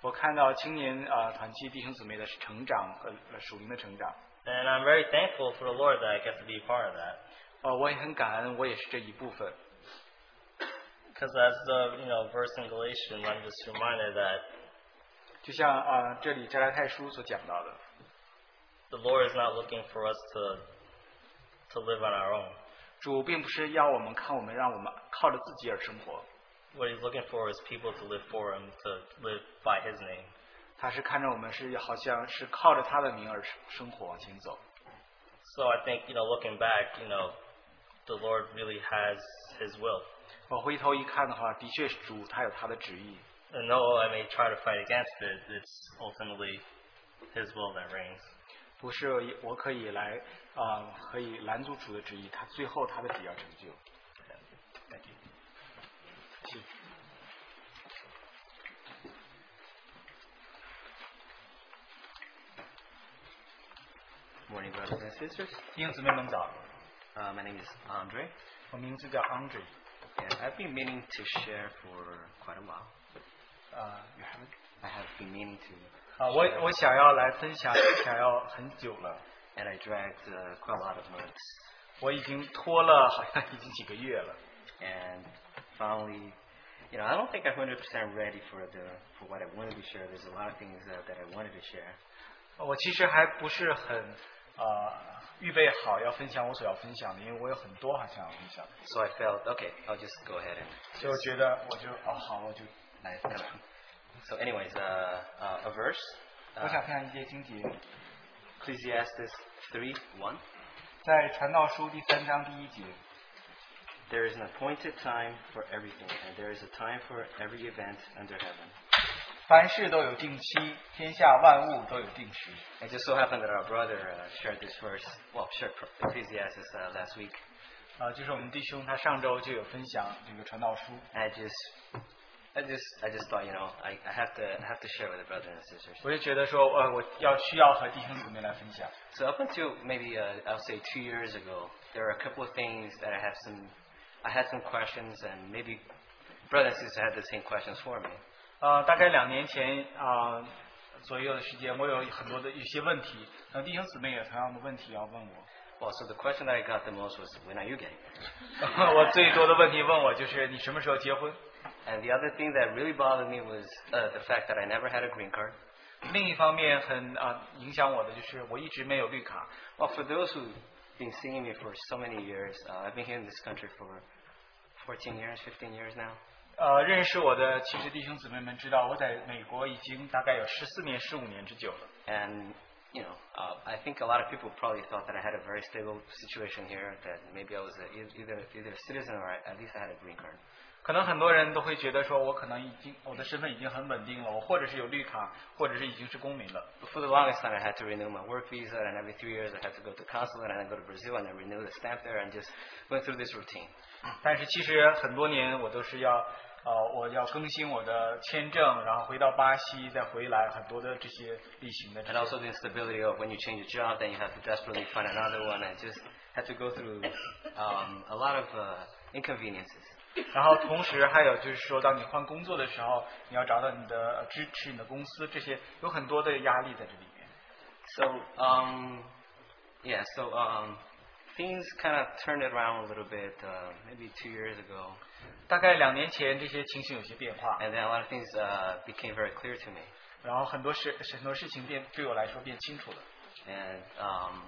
F: 我看到青年呃团契弟兄姊妹的成长和呃属灵的成长，
J: And I'm very thankful for the Lord that I get to be a part of that.
F: 呃，我也很感恩，我也是这一部分。
J: Because as the you know verse in Galatians, I'm just reminded that
F: 就像呃这里加拉太书所讲到的，
J: the Lord is not looking for us to to live on our own.
F: 主并不是要我们看我们，让我们靠着自己而生活，
J: What He's looking for is people to live for Him, to live by His name.
F: 他是看着我们是好像是靠着他的名而生生活往前走。
J: So I think you know, looking back, you know, the Lord really has His will.
F: 我回头一看的话，的确是主他有他的旨意。
J: And though I may try to fight against it, it's ultimately His will that reigns.
F: 不是我可以来啊、呃可以拦阻主的旨意，他最后他的旨意要成就。
J: Thank you.
F: 弟兄姊妹们早，
B: Uh, my name is Andre,
F: 我名字叫 Andre，
B: and I've been meaning to share for quite a while.
F: 啊、呃，有什么
B: I have been meaning to,
F: 啊，我我想要来分享，想要很久了，
B: and I dragged uh, quite a lot of months,
F: 我已经拖了，好像已经几个月了。
B: and finally, you know, I don't think I'm 100% ready for the for what I wanted to share. There's a lot of things uh, that I wanted to share,
F: 我其实还不是很呃预备好要分享我所要分享的，因为我有很多好像要分享，
B: so I felt, okay, I'll just go ahead and
F: 所以我觉得我就哦好，我就
B: I, you know. So, anyways, uh, uh, a verse,
F: 我
B: uh,
F: 想分享一些经节，
B: Ecclesiastes 3 1.
F: 在传道书第三章第一节，
B: There is an appointed time for everything, and there is a time for every event under heaven.
F: 凡事都有定期，天下万物都有定时。
B: It just so happened that our brother uh, shared this verse, well, shared Pro- Ecclesiastes uh, last week.
F: 啊、就是我们弟兄他上周就有分享这个传道书，
B: I just, I just, I just thought, you know, I, I have to, I have to share with the brothers and sisters.
F: 我就觉得说，呃，我要需要和弟兄姊妹来分享。
B: So up until maybe uh, I'll say two years ago, there were a couple of things that I have some, I had some questions, and maybe brothers and sisters had the same questions for me.
F: 呃，大概两年前啊、左右的时间，我有很多的一些问题，那弟兄姊妹也有同样的问题哦要问我。
B: Well, so the question that I got the most was, when are you getting married?
F: *laughs* 我最多的问题问我就是你什么时候结婚？
B: And the other thing that really bothered me was uh, the fact that I never had a green card.
F: 另一方面很啊、影响我的就是我一直没有绿卡。
B: Well, for those who've been seeing me for so many years, uh, I've been here in this country for 14 years, 15 years now.
F: 呃，认识我的其实弟兄姊妹们知道，我在美国已经大概有十四年、十五年之久了。
B: And, you know, uh, I think a lot of people probably thought that I had a very stable situation here, that maybe I was a, eith- either, either a citizen or at least I had a green card.
F: 可能很多人都会觉得说，我可能已经我的身份已经很稳定了，我或者是有绿卡，或者是已经是公民了。
B: But for the longest time, I had to renew my work visa, and every three years I had to go to consulate, and I go to Brazil, and I renew the stamp there, and just went through this routine.
F: 但是其实很多年我都是要，呃，我要更新我的签证，然后回到巴西再回来，很多的这些例行的这
B: And
F: 些。
B: also the instability of when you change your job, then you have to desperately find another one. I just had to go through um, a lot of uh, inconveniences.
F: *laughs* 然后同时还有就是说，当你换工作的时候，你要找到你的呃支持你的公司，这些有很多的压力在这里面。
B: So, um, yeah, so um, things kind of turned around a little bit uh, maybe two years ago.
F: 大概两年前这些情形有些变化，
B: And then a lot of things uh, became very clear to me.
F: 然后很多事很多事情变对我来说变清楚了。
B: And um,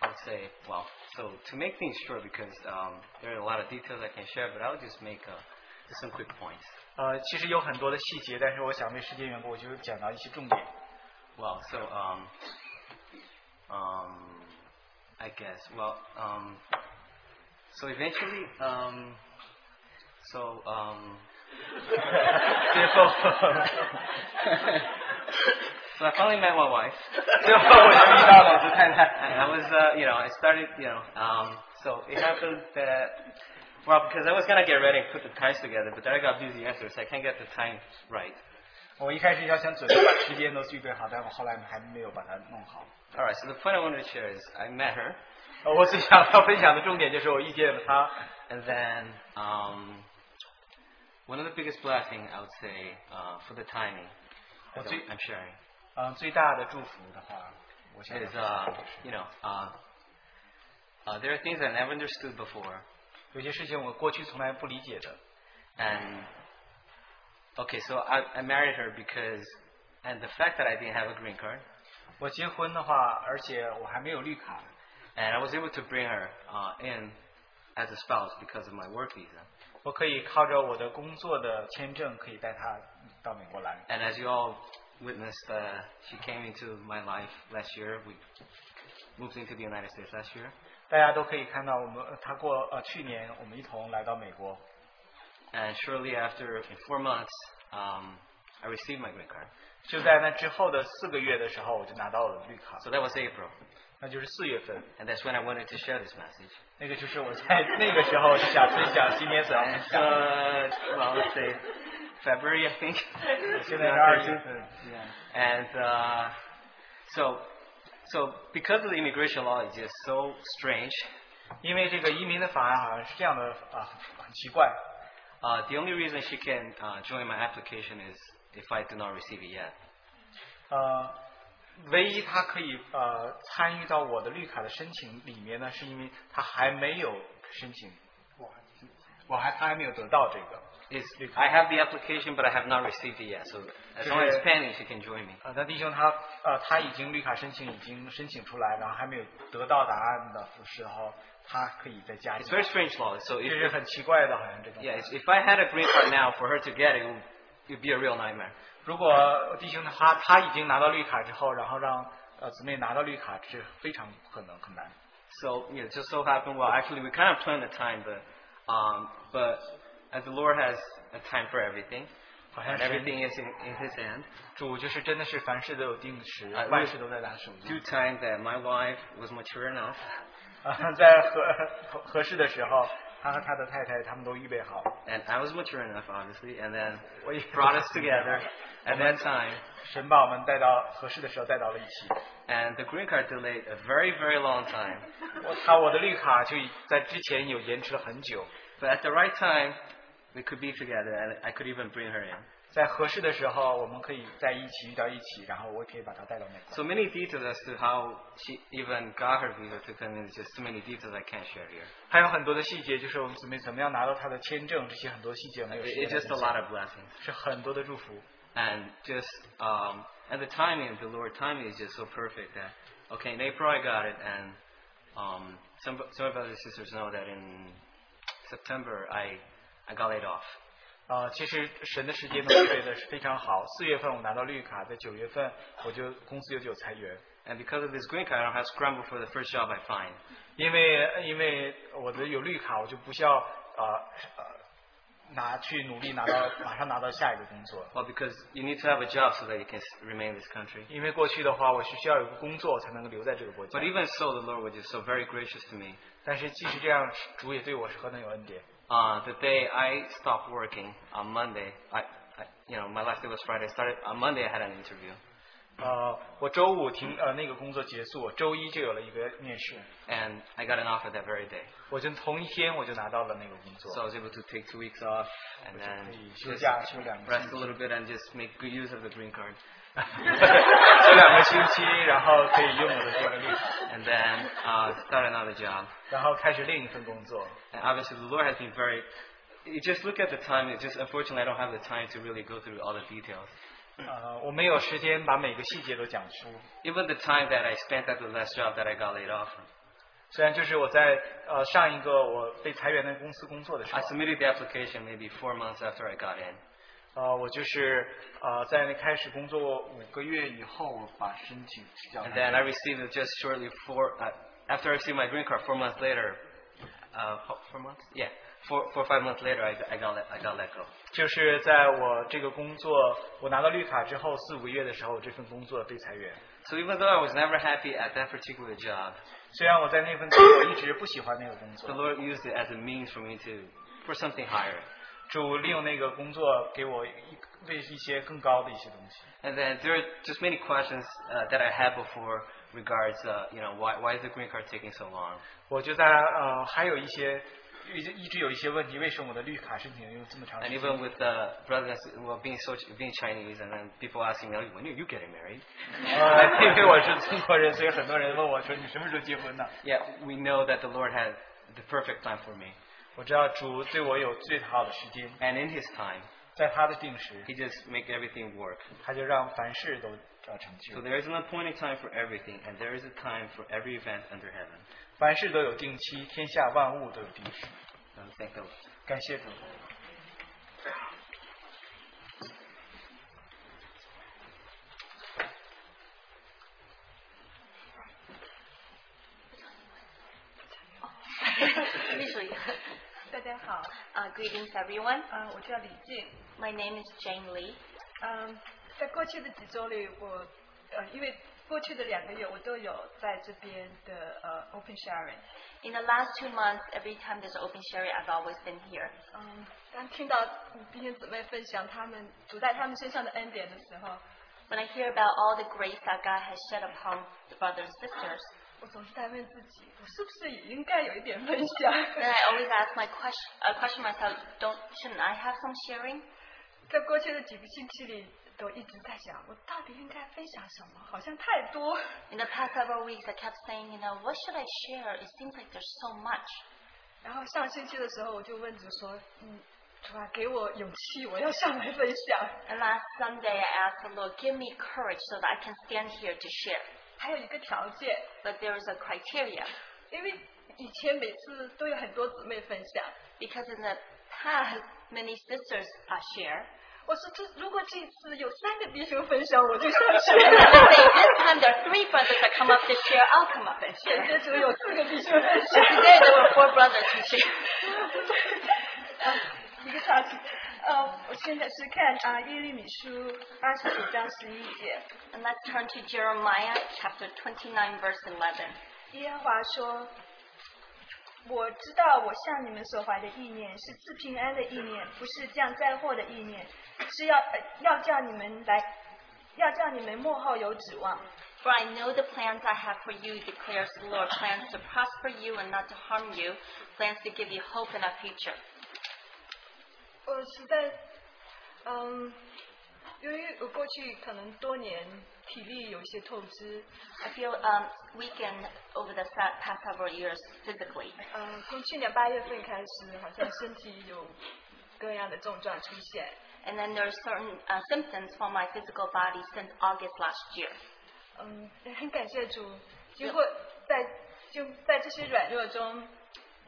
B: I would say, well, so to make things short, because um, there are a lot of details I can share, but I would just make uh, just some quick points.
F: 呃，其实有很多的细节，但是我想为时间缘故，我就讲到一些重点。
B: Well, so um, um, I guess. Well, um, so eventually, um, so um, *laughs*
F: 最后，
B: so I finally met my wife.
F: 最后我就遇到了我的
B: *laughs*
F: 太
B: and
F: 太。
B: I was, uh, you know, I started, you know, um, so it happened that. Well, because I was gonna get ready and put the times together, but then I got busy afterwards. I can't get the time right.
F: 我一开始要想准备把时间都具备好，但我后来还没有把它弄好。
B: All right, so the point I wanted to share is I met her, Oh,
F: 呃我
B: *laughs*
F: 最想要分享的重点就是我遇见了她，
B: and then um, one of the biggest blessing I would say uh, for the timing that
F: Okay.
B: I'm sharing
F: 嗯、最大的祝福的话，我想
B: is uh, you know uh, uh, there are things I never understood before,
F: 有些事情我过去从来不理解的。
B: and okay, so I, I married her because and the fact that I didn't have a green card
F: 我结婚的话，而且我还没有绿卡，
B: and I was able to bring her uh, in as a spouse because of my work visa.
F: 我可以靠着我的工作的签证可以带她到美国来。
B: And as you all witnessed, uh, she came into my life last year. We moved into the United States last year.
F: 大家都可以看到，我们呃她过呃去年我们一同来到美国，
B: And shortly after, in four months, um, I received my green card.
F: 就在那之后的四个月的时候，我就拿到了绿卡，
B: So that was April.
F: 那就是四月份。
B: And that's when I wanted to share this message.
F: 那个就是我在
B: *laughs*
F: 那个时候就想分享今天所要分
B: And,
F: 享的。
B: uh, well, let's say February, I think.
F: 现在是二月份，
B: And uh, so, so because of the immigration law, it's just so strange.
F: 因为这个移民的法案好像是这样的啊，很奇怪。
B: Uh, the only reason she can uh, join my application is if I do not receive it yet.
F: 呃，唯一他可以呃参与到我的绿卡的申请里面呢，是因为他还没有申请，我还他还没有得到这个。
B: It's,
F: Because-
B: I have the application, but I have not received it yet. So as long as
F: Yeah.
B: pending, she can join me.
F: 呃，那弟兄他呃他已经绿卡申请已经申请出来，然后还没有得到答案的时候，他可以再加
B: It's
F: 进
B: very
F: 来。
B: strange law. So if,
F: 这是很奇怪的，好像这种。
B: yeah, it's- if I had a green card now for her to get it, it would, it would be a real nightmare.
F: 如果弟兄他他已经拿到绿卡之后，然后让呃姊妹拿到绿卡，这是非常不可能很难。
B: So you know, it just so happened. Well, actually, we kind of planned the time, but um, but as the Lord has a time for everything, and
F: 好像是-
B: everything is in, in His hand.
F: 主就是真的是凡事都有定时，
B: 哎
F: 万事都在他手中。
B: Due time that my wife was mature enough,
F: 啊， *laughs* 在合合合适的时候，他和他的太太他们都预备好，
B: and I was mature enough, obviously, and then
F: Well, yeah.
B: brought
F: *laughs*
B: us together at that time.
F: 神把我们带到合适的时候带到了一起。
B: And the green card delayed a very, very long time.
F: *laughs* 我他我的绿卡就已在之前有延迟了很久，
B: But at the right time, we could be together, and I could even bring her in.
F: 在合适的时候我们可以在一起遇到一起，然后我也可以把他带到美国。
B: So many details as to how she even got her visa to come in. It's just too many details I can't share here.
F: 还有很多的细节，就是我们姊妹怎么样拿到他的签证，这些很多细节没有时
B: It-
F: 间
B: It's
F: 来
B: just a
F: 分
B: lot
F: 享。
B: of blessings,
F: 是很多的祝福。
B: and just um, and the timing, of the Lord timing is just so perfect that okay, in April I got it, and um, some some of our sisters know that in September I I got laid off.
F: 呃，其实神的时间呢预备的是非常好。四月份我拿到绿卡，在九月份我就公司就有裁员，
B: And because of this green card, I don't have to scramble for the first job I find.
F: 因为因为我的有绿卡，我就不需要呃呃拿去努力拿到马上拿到下一个工作，
B: Well, because you need to have a job so that you can s- remain in this country.
F: 因为过去的话我是需要有个工作才能够留在这个国家
B: But。even so, the Lord was just so very gracious to me.
F: 但是即使这样，主也对我是何等有恩典。
B: Uh, the day I stopped working on Monday, I, I, you know, my last day was Friday. I started on Monday. I had an interview,
F: 呃，我周五停呃那个工作结束，我周一就有了一个面试，
B: and I got an offer that very day.
F: 我就同一天我就拿到了那个工
B: So I
F: 作，
B: was able to take two weeks off and
F: 可
B: then
F: 以休
B: just
F: 假休两个星
B: rest
F: 期
B: a。little bit and just make good use of the green card.
F: 休两个星期，然后可以用我的这个绿卡，
B: And then uh, start another job.
F: 然后开始另一份工作。
B: And obviously, the Lord has been very. You just look at the time. It's just unfortunately, I don't have the time to really go through all the details.
F: 呃，我没有时间把每个细节都讲出。
B: Even the time that I spent at the last job that I got laid off from.
F: 虽然就是我在呃上一个我被裁员的公司工作的时
B: I
F: 候，
B: submitted the application maybe four months after I got in.
F: 呃，我就是呃在那开始工作五个月以后，我把申请提交
B: And
F: 了。
B: then I received it just shortly four, uh, after I received my green card, four months later, uh, ho- four months? Yeah, four, four or five months later, I, got- I, got let, I got let go.
F: 就是在我这个工作，我拿到绿卡之后四五个月的时候，我这份工作被裁员。
B: So even though I was never happy at that particular job,
F: 虽然我在那份工作一直不喜欢那个工
B: the
F: 作，
B: Lord used it as a means for me to, for something higher.
F: 主利用那个工作给我一为一些更高的一些东西。
B: And then there are just many questions uh, that I had before regards, uh, you know, why, why is the green card taking so long?
F: 我就在呃还有一些一直一直有一些问题，为什么我的绿卡申请用这么长时
B: And
F: 间？
B: even with uh, brothers well, being so being Chinese, and then people asking me, like, when are you getting
F: *laughs*
B: married?
F: 呃，因为我是中国人，所以很多人问我说你什么时候结婚呢？
B: Yeah, we know that the Lord had the perfect plan for me,
F: 我知道主对我有最好的时间，
B: and in His time,
F: 在他的定时，
B: He just make everything work.
F: 他就让凡事都要成
B: So
F: 就，
B: there is an appointed time for everything, and there is a time for every event under heaven.
F: 凡事都有定期，天下万物都有定时。
B: And thank the Lord.
F: 感谢主。
I: *laughs* 大家好，
G: Uh, greetings, everyone.
I: 呃，我叫李静。
G: My name is Jane Lee.
I: 嗯，在过去的几周里，我呃，因为过去的两个月我都有在这边的呃 Open Sharing。
G: In the last two months, every time there's open sharing, I've always been here.
I: 嗯，当听到嗯弟兄姊妹分享他们主在他们身上的恩典的时候，
G: When I hear about all the grace that God has shed upon the brothers and sisters,
I: 我总是在问自己，我是不是也应该有一点分享？
G: then I always ask my question, uh, question myself, don't, shouldn't I have some sharing?
I: 在过去的几个星期里，都一直在想，我到底应该分享什么？好像太多。
G: In the past several weeks, I kept saying, you know, what should I share? It seems like there's so much.
I: 然后上星期的时候，我就问主说，嗯，主啊，给我勇气，我要上来分享。
G: And last Sunday, I asked the Lord, give me courage so that I can stand here to share.
I: 还有一个条件，
G: But there is a criteria,
I: 因为以前每次都有很多姊妹分享，
G: because in the past, many sisters are share.
I: 我说这如果这次有三个弟兄分享，我就上
G: *laughs*
I: 去
G: But
I: 了。
G: this time, there are three brothers that come up to share. I'll come up and
I: 现
G: share.
I: 在只有四个弟兄分
G: Today,
I: 享。
G: there were four brothers who shared.
I: 一个上去，呃，我现在是看啊、耶利米书二十九章十一节，
G: And let's turn to Jeremiah chapter 29, verse 11.
I: 耶和华说：“我知道我向你们所怀的意念是赐平安的意念，不是降灾祸的意念，是要、呃要叫你们来，要叫你们幕后有指望。
G: For I know the plans I have for you, declares the Lord plans to prosper you and not to harm you, plans to give you hope in a future. ”
I: 我实在，嗯，由于我过去可能多年体力有一些透支，
G: I feel um, weakened over the sa- past several years physically.
I: 嗯，从去年八月份开始，好像身体有各样的症状出现。
G: And then there are certain uh, symptoms for my physical body since August last year.
I: 嗯，很感谢主，经过在就在这些软弱中，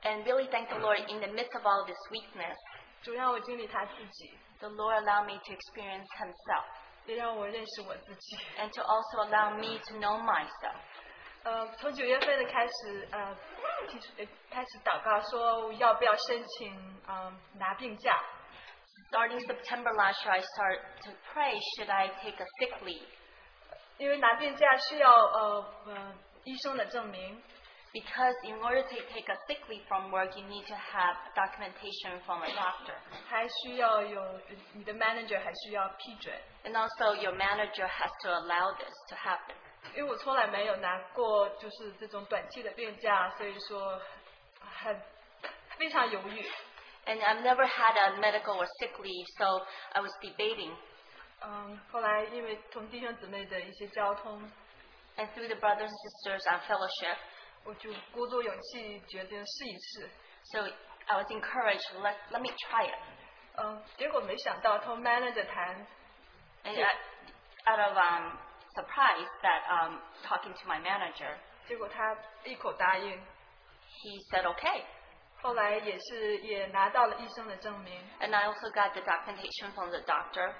G: And really thank the Lord in the midst of all this weakness,
I: 主让我经历他自己，
G: the Lord allowed me to experience Himself
I: 也让我认识我自己。
G: and to also allow me to know myself.
I: 呃，从九月份的开始，呃，提出呃开始祷告说要不要申请呃拿病假。
G: Starting September last year, I started to pray, should I take a sick leave?
I: 因为拿病假需要呃呃医生的证明，
G: Because in order to take a sick leave from work, you need to have documentation from a doctor.
I: 还需要有呃你的 manager 还需要批准，
G: And also, your manager has to allow this to happen.
I: 因为我从来没有拿过就是这种短期的病假，所以说很非常犹豫。
G: And I've never had a medical or sick leave, so I was debating.
I: 嗯，后来因为从弟兄姊妹的一些交通，
G: And through the brothers and sisters and fellowship,
I: 我就鼓足勇气决定试一试。
G: so I was encouraged, let, let me try it.
I: 嗯，结果没想到同 manager 谈，
G: And I, out of um, surprise that um, talking to my manager,
I: 结果他一口答应。
G: he said okay.
I: 后来也是也拿到了医生的证明，
G: And I also got the documentation from the doctor.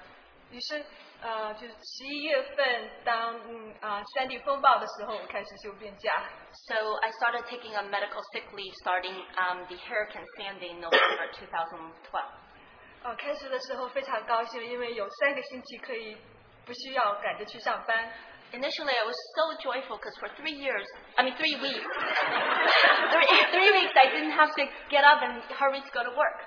I: 于是呃，就是十一月份当嗯啊山地风暴的时候，我开始休病假。
G: So I started taking a medical sick leave starting um, the Hurricane Sandy in November 2012.
I: 呃，开始的时候非常高兴，因为有三个星期可以不需要赶着去上班。
G: Initially, I was so joyful because for three years, I mean three weeks, *laughs* three, three weeks I didn't have to get up and hurry to go to work.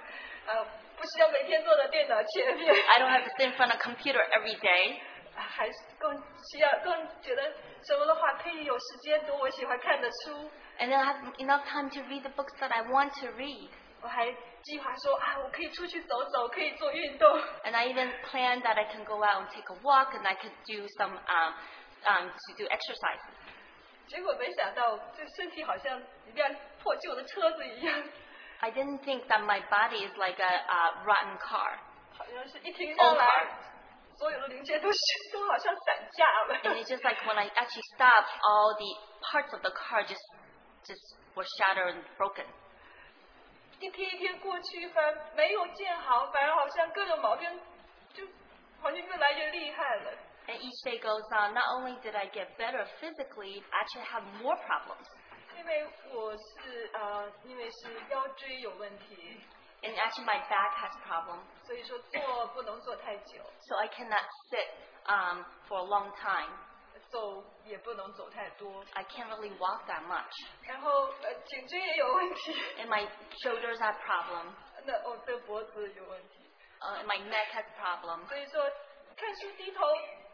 I: 呃，Uh, 不需要每天坐在电脑前面。
K: I don't have to sit in front of a computer every day.
I: 还是更需要更觉得什么的话，可以有时间读我喜欢看的书。
K: And then I have enough time to read the books that I want to read.
I: 我还计划说啊，我可以出去走走，可以做运动。
K: *laughs* And I even plan that I can go out and take a walk and I could do some um, um, to do exercises.
I: 结果没想到，这身体好像一辆破旧的车子一样，
K: I didn't think that my body is like a uh, rotten car.
I: 好像是一停下
K: Old
I: 来
K: car.，
I: 所有的零件都是都好像散架了。
K: And it's just like when I actually stopped, all the parts of the car just just were shattered and broken.
I: 一天一天过去，反没有见好，反而好像各种毛病就好像越来越厉害了。
K: And each day goes on. Not only did I get better physically, I actually have more problems.
I: 因为我是呃，因为是腰椎有问题，
K: And actually, my back has problems,
I: 所以说坐不能坐太久，
K: so I cannot sit um, for a long time.
I: 走也不能走太多。
K: I can't really walk that
I: *laughs*
K: much.
I: 然后呃，颈椎也有问题，
K: And my shoulders have problems.
I: 那我的哦脖子有问题，
K: Uh, and my neck has problems.
I: 所以说看书低头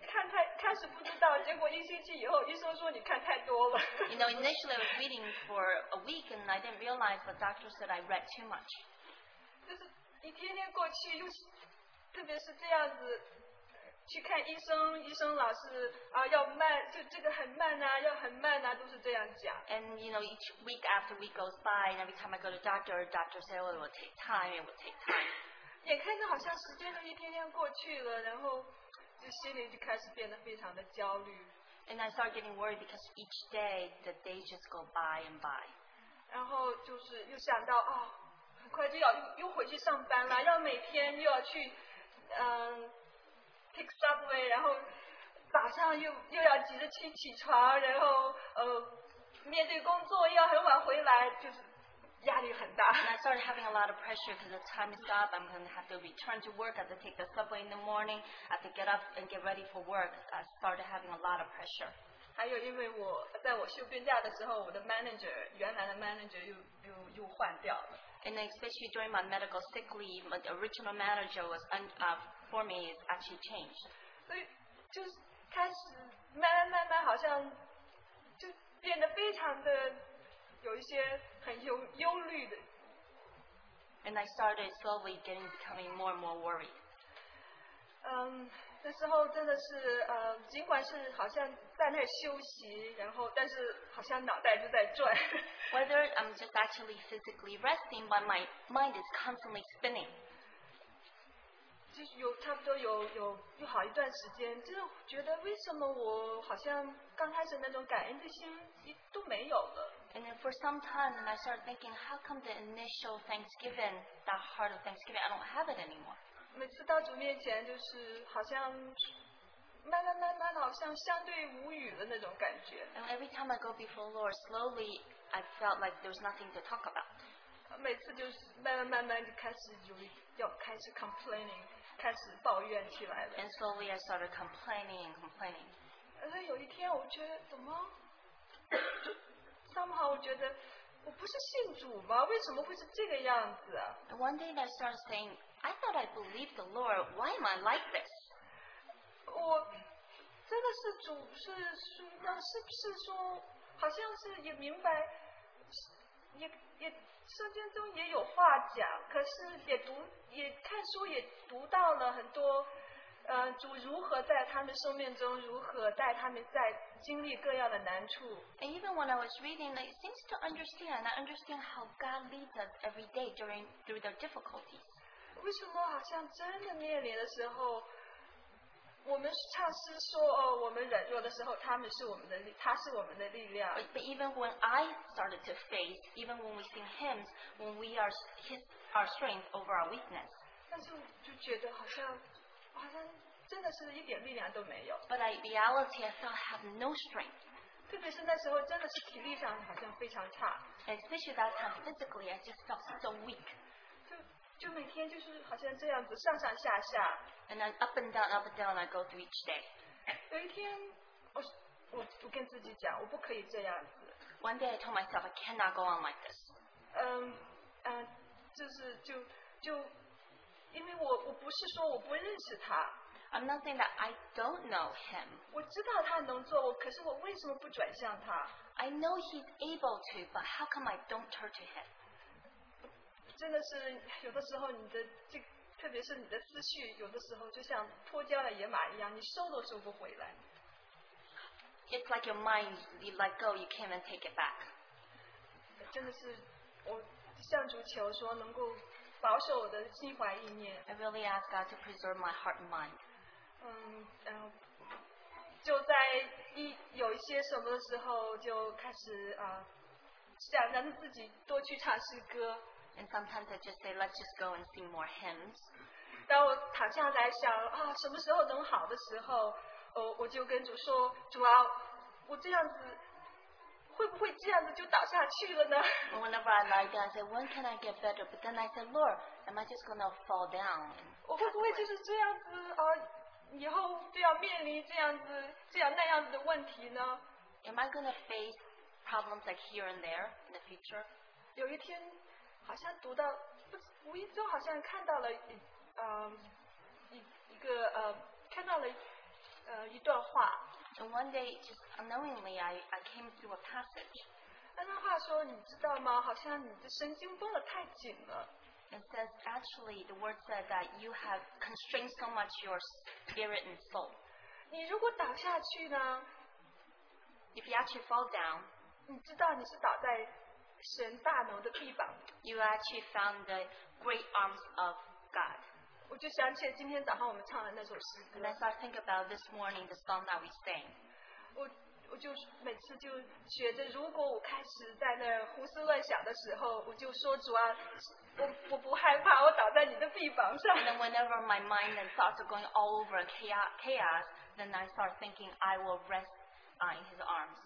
I: 看太开始不知道，结果一星期以后，医生说你看太多了。
K: You know, initially I was reading for a week and I didn't realize the doctor *laughs* said I read too much.
I: 就是一天天过去，又是特别是这样子去看医生，医生老是啊要慢，就这个很慢呐、要很慢呐、都是这样讲。
K: And you know, each week after week goes by, and every time I go to doctor, doctor say, "Oh, it will take time. It will take time."
I: 眼看着好像时间都一天天过去了，然后就心里就开始变得非常的焦虑，
K: And I start getting worried because each day the days just go by and by.
I: 然后就是又想到哦，很快就要又又回去上班了，要每天又要去嗯 take subway，然后早上又又要急着去起床，然后呃面对工作又要很晚回来，就是压力很大。
K: And I started having a lot of pressure because the time is up. I'm going to have to return to work. I have to take the subway in the morning. I have to get up and get ready for work. I started having a lot of pressure.
I: 还有，因为我在我休病假的时候，我的 manager 原来的 manager 又又又换掉了。
K: And especially during my medical sick leave, my original manager was un- uh, for me is actually changed.
I: 所以就是开始慢慢慢慢，好像就变得非常的有一些很忧忧虑的。
K: And I started slowly getting becoming more and more worried.
I: 嗯，那时候真的是呃，尽管是好像在那儿休息，然后但是好像脑袋就在转。
K: Whether I'm just actually physically resting, but my mind is constantly spinning.
I: 就是有差不多有有有好一段时间，真的觉得为什么我好像刚开始那种感恩的心一都没有了。
K: And then for some time, and I started thinking, how come the initial Thanksgiving, that heart of Thanksgiving, I don't have it anymore?
I: 每次到主面前，就是好像慢慢慢慢，好像相对无语的那种感觉。
K: And every time I go before the Lord, slowly I felt like there's nothing to talk about.
I: 每次就是慢慢慢慢就开始有一要开始 complaining，开始抱怨起来了。
K: And slowly I started complaining and complaining.
I: 然后有一天，我觉得怎么，上好，我觉得我不是信主吗？为什么会是这个样子啊？
K: And one day I started saying, I thought I believed the Lord. Why am I like this?
I: 我真的是主是说，那是不是说，好像是也明白，也也圣经中也有话讲，可是也读也看书也读到了很多，呃，主如何在他们生命中，如何带他们在经历各样的难处。
K: And even when I was reading, like, it seems to understand. I understand how God leads us every day during through their difficulties.
I: 为什么好像真的面临的时候，我们唱诗说哦，我们软弱的时候，他们是我们的力，他是我们的力量。
K: But, but even when I started to face, even when we sing hymns, when we are his, our strength over our weakness.
I: 但是我就觉得好像，好像真的是一点力量都没有。
K: But I, reality, I still have no strength.
I: 特别是那时候，真的是体力上好像非常差，
K: And especially that time physically, I just felt so weak.
I: 就每天就是好像这样子上上下下。
K: And then up and down, up and down, I go through each day.
I: 有一天，我我我跟自己讲，我不可以这样子。
K: One day I told myself, I
I: 嗯呃
K: cannot go on like this.
I: 嗯嗯，就是就就
G: 因为我我不是说我不认识他。
I: I'm not saying that I don't know him.
G: 我知道他能做，可是我为什么不转向他？
I: I know he's able to, but how come I don't turn to him?
G: 真的是有的时候你的这，特别是你的思绪，有的时候就像脱缰的野马一样，你收都收不回来。
I: It's like your mind, you let go, you can't even take it back.
G: 真的是，我向主求说能够保守我的心怀意念。
I: I really ask God to preserve my heart and mind.
G: 嗯嗯，就在一有一些什么的时候，就开始啊、想让自己多去唱诗歌。
I: And sometimes I just say, let's just go and sing more hymns.
G: 当我躺下来想啊，什么时候能好的时候，我我就跟主说，主啊，我这样子会不会这样子就倒下去了呢？
I: And whenever I lie down, I say, when can I get better? But then I say, Lord, am I just going to fall down?
G: 我会不会就是这样子啊？以后就要面临这样子、这样那样子的问题呢？
I: Am I going to face problems like here and there in the future?
G: 有一天，好像读到不知无意中好像看到了一呃一一个呃看到了呃一段话，
I: And one day, just unknowingly, I, I came through a passage
G: 那段话说你知道吗？好像你的神经绷得太紧了。
I: and says, actually, the word said that you have constrained so much your spirit and soul.
G: 你如果倒下去呢，
I: If you actually fall down,
G: 你知道你是倒在神大能的臂膀。
I: you actually found the great arms of God.
G: 我就想起了今天早上我们唱的那首诗歌
I: And。as I think about this morning, the song that we sang,
G: 我我就是每次就觉着，如果我开始在那儿胡思乱想的时候，我就说主啊，我我不害怕，我倒在你的臂膀上。
I: and then whenever my mind and thoughts are going all over chaos, chaos then I start thinking, I will rest uh, in his arms.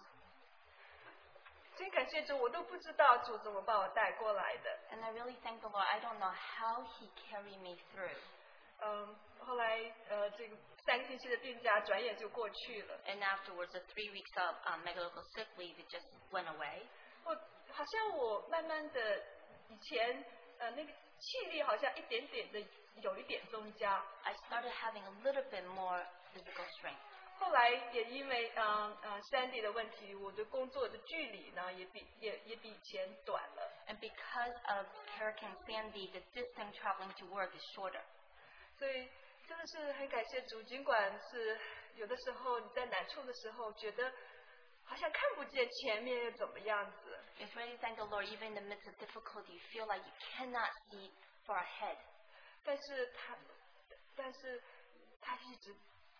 G: 真感谢主，我都不知道主怎么把我带过来的。
I: And I really thank the Lord. I don't know how he carried me through.
G: 嗯，后来呃，这个三个星期的病假转眼就过去了。
I: And afterwards, the three weeks of um, medical sick leave it just went away.
G: 我好像我慢慢的以前呃那个气力好像一点点的有一点增加，
I: I started having a little bit more physical strength.
G: 后来也因为嗯嗯 Sandy 的问题，我的工作的距离呢也比也也比以前短了。
I: And because of Hurricane Sandy, the distance traveling to work is shorter.
G: 所以真的是很感谢主，尽管是有的时候你在难处的时候，觉得好像看不见前面又怎么样子，
I: It's really thank the Lord, even in the midst of difficulty, you feel like you cannot see far ahead.
G: 但是他，但是他一直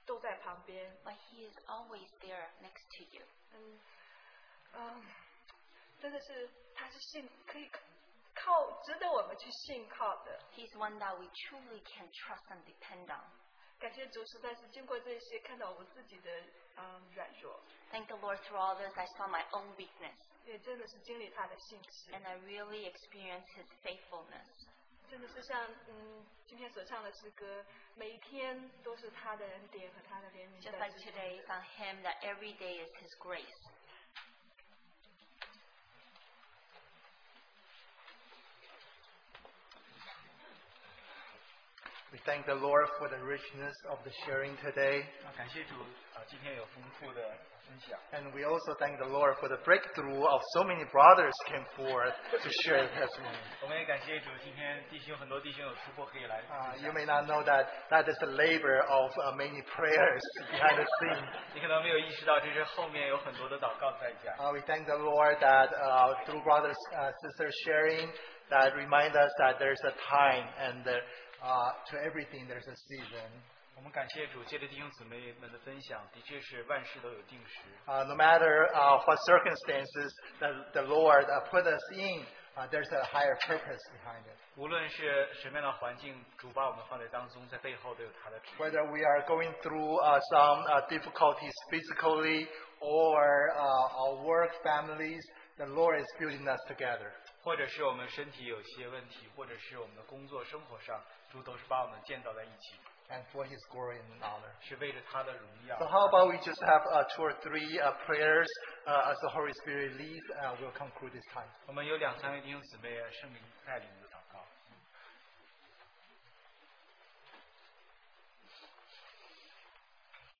G: 都在旁边。
I: But He is always there next to you.
G: 嗯，嗯，真的是他是信可以靠值得我们去信靠的。
I: He's one that we truly can trust and depend on.
G: 感谢主，实在是经过这些，看到我们自己的嗯软弱，
I: Thank the Lord through all this. I saw my own weakness,
G: 也真的是经历他的信实，
I: and I really experienced His faithfulness.
G: 真的是像嗯今天所唱的诗歌，每一天都是他的恩典和他的怜悯
I: Just
G: 在
I: like
G: 支持
I: today, it's on Him that every day is His grace.
A: We thank the Lord for the richness of the sharing today.
F: 啊，感谢主啊，今天有丰富的分享。
A: And we also thank the Lord for the breakthrough of so many brothers came forth to share their testimony.
F: 我们也感谢主，今天弟兄很多弟兄有突破可以来。
A: Uh, you may not know that that is the labor of uh, many prayers *laughs* behind the scene.
F: 你可能没有意识到，这是后面有很多的祷告在加。
A: Uh, we thank the Lord that uh, through brothers uh, sisters sharing, that remind us that there's a time and there, uh, to everything there's a season.
F: 我们感谢主，借着弟兄姊妹们的分享，的确是万事都有定时。
A: Uh, no matter uh, what circumstances that the Lord uh, put us in, uh, there's a higher purpose behind it.
F: 无论是什么样的环境，主把我们放在当中，在背后都有他的旨意。
A: Whether we are going through uh, some uh, difficulties physically or uh, our work families, the Lord is building us together.
F: 或者是我们身体有些问题，或者是我们的工作生活上，主都是把我们建造在一起，
A: and for His glory and honor.
F: 是为着他的荣耀
A: So。how about we just have uh, two or three uh, prayers uh, as the Holy Spirit leads, uh, we'll conclude this time.
F: 呃我们有两三位弟兄姊妹圣灵带领的祷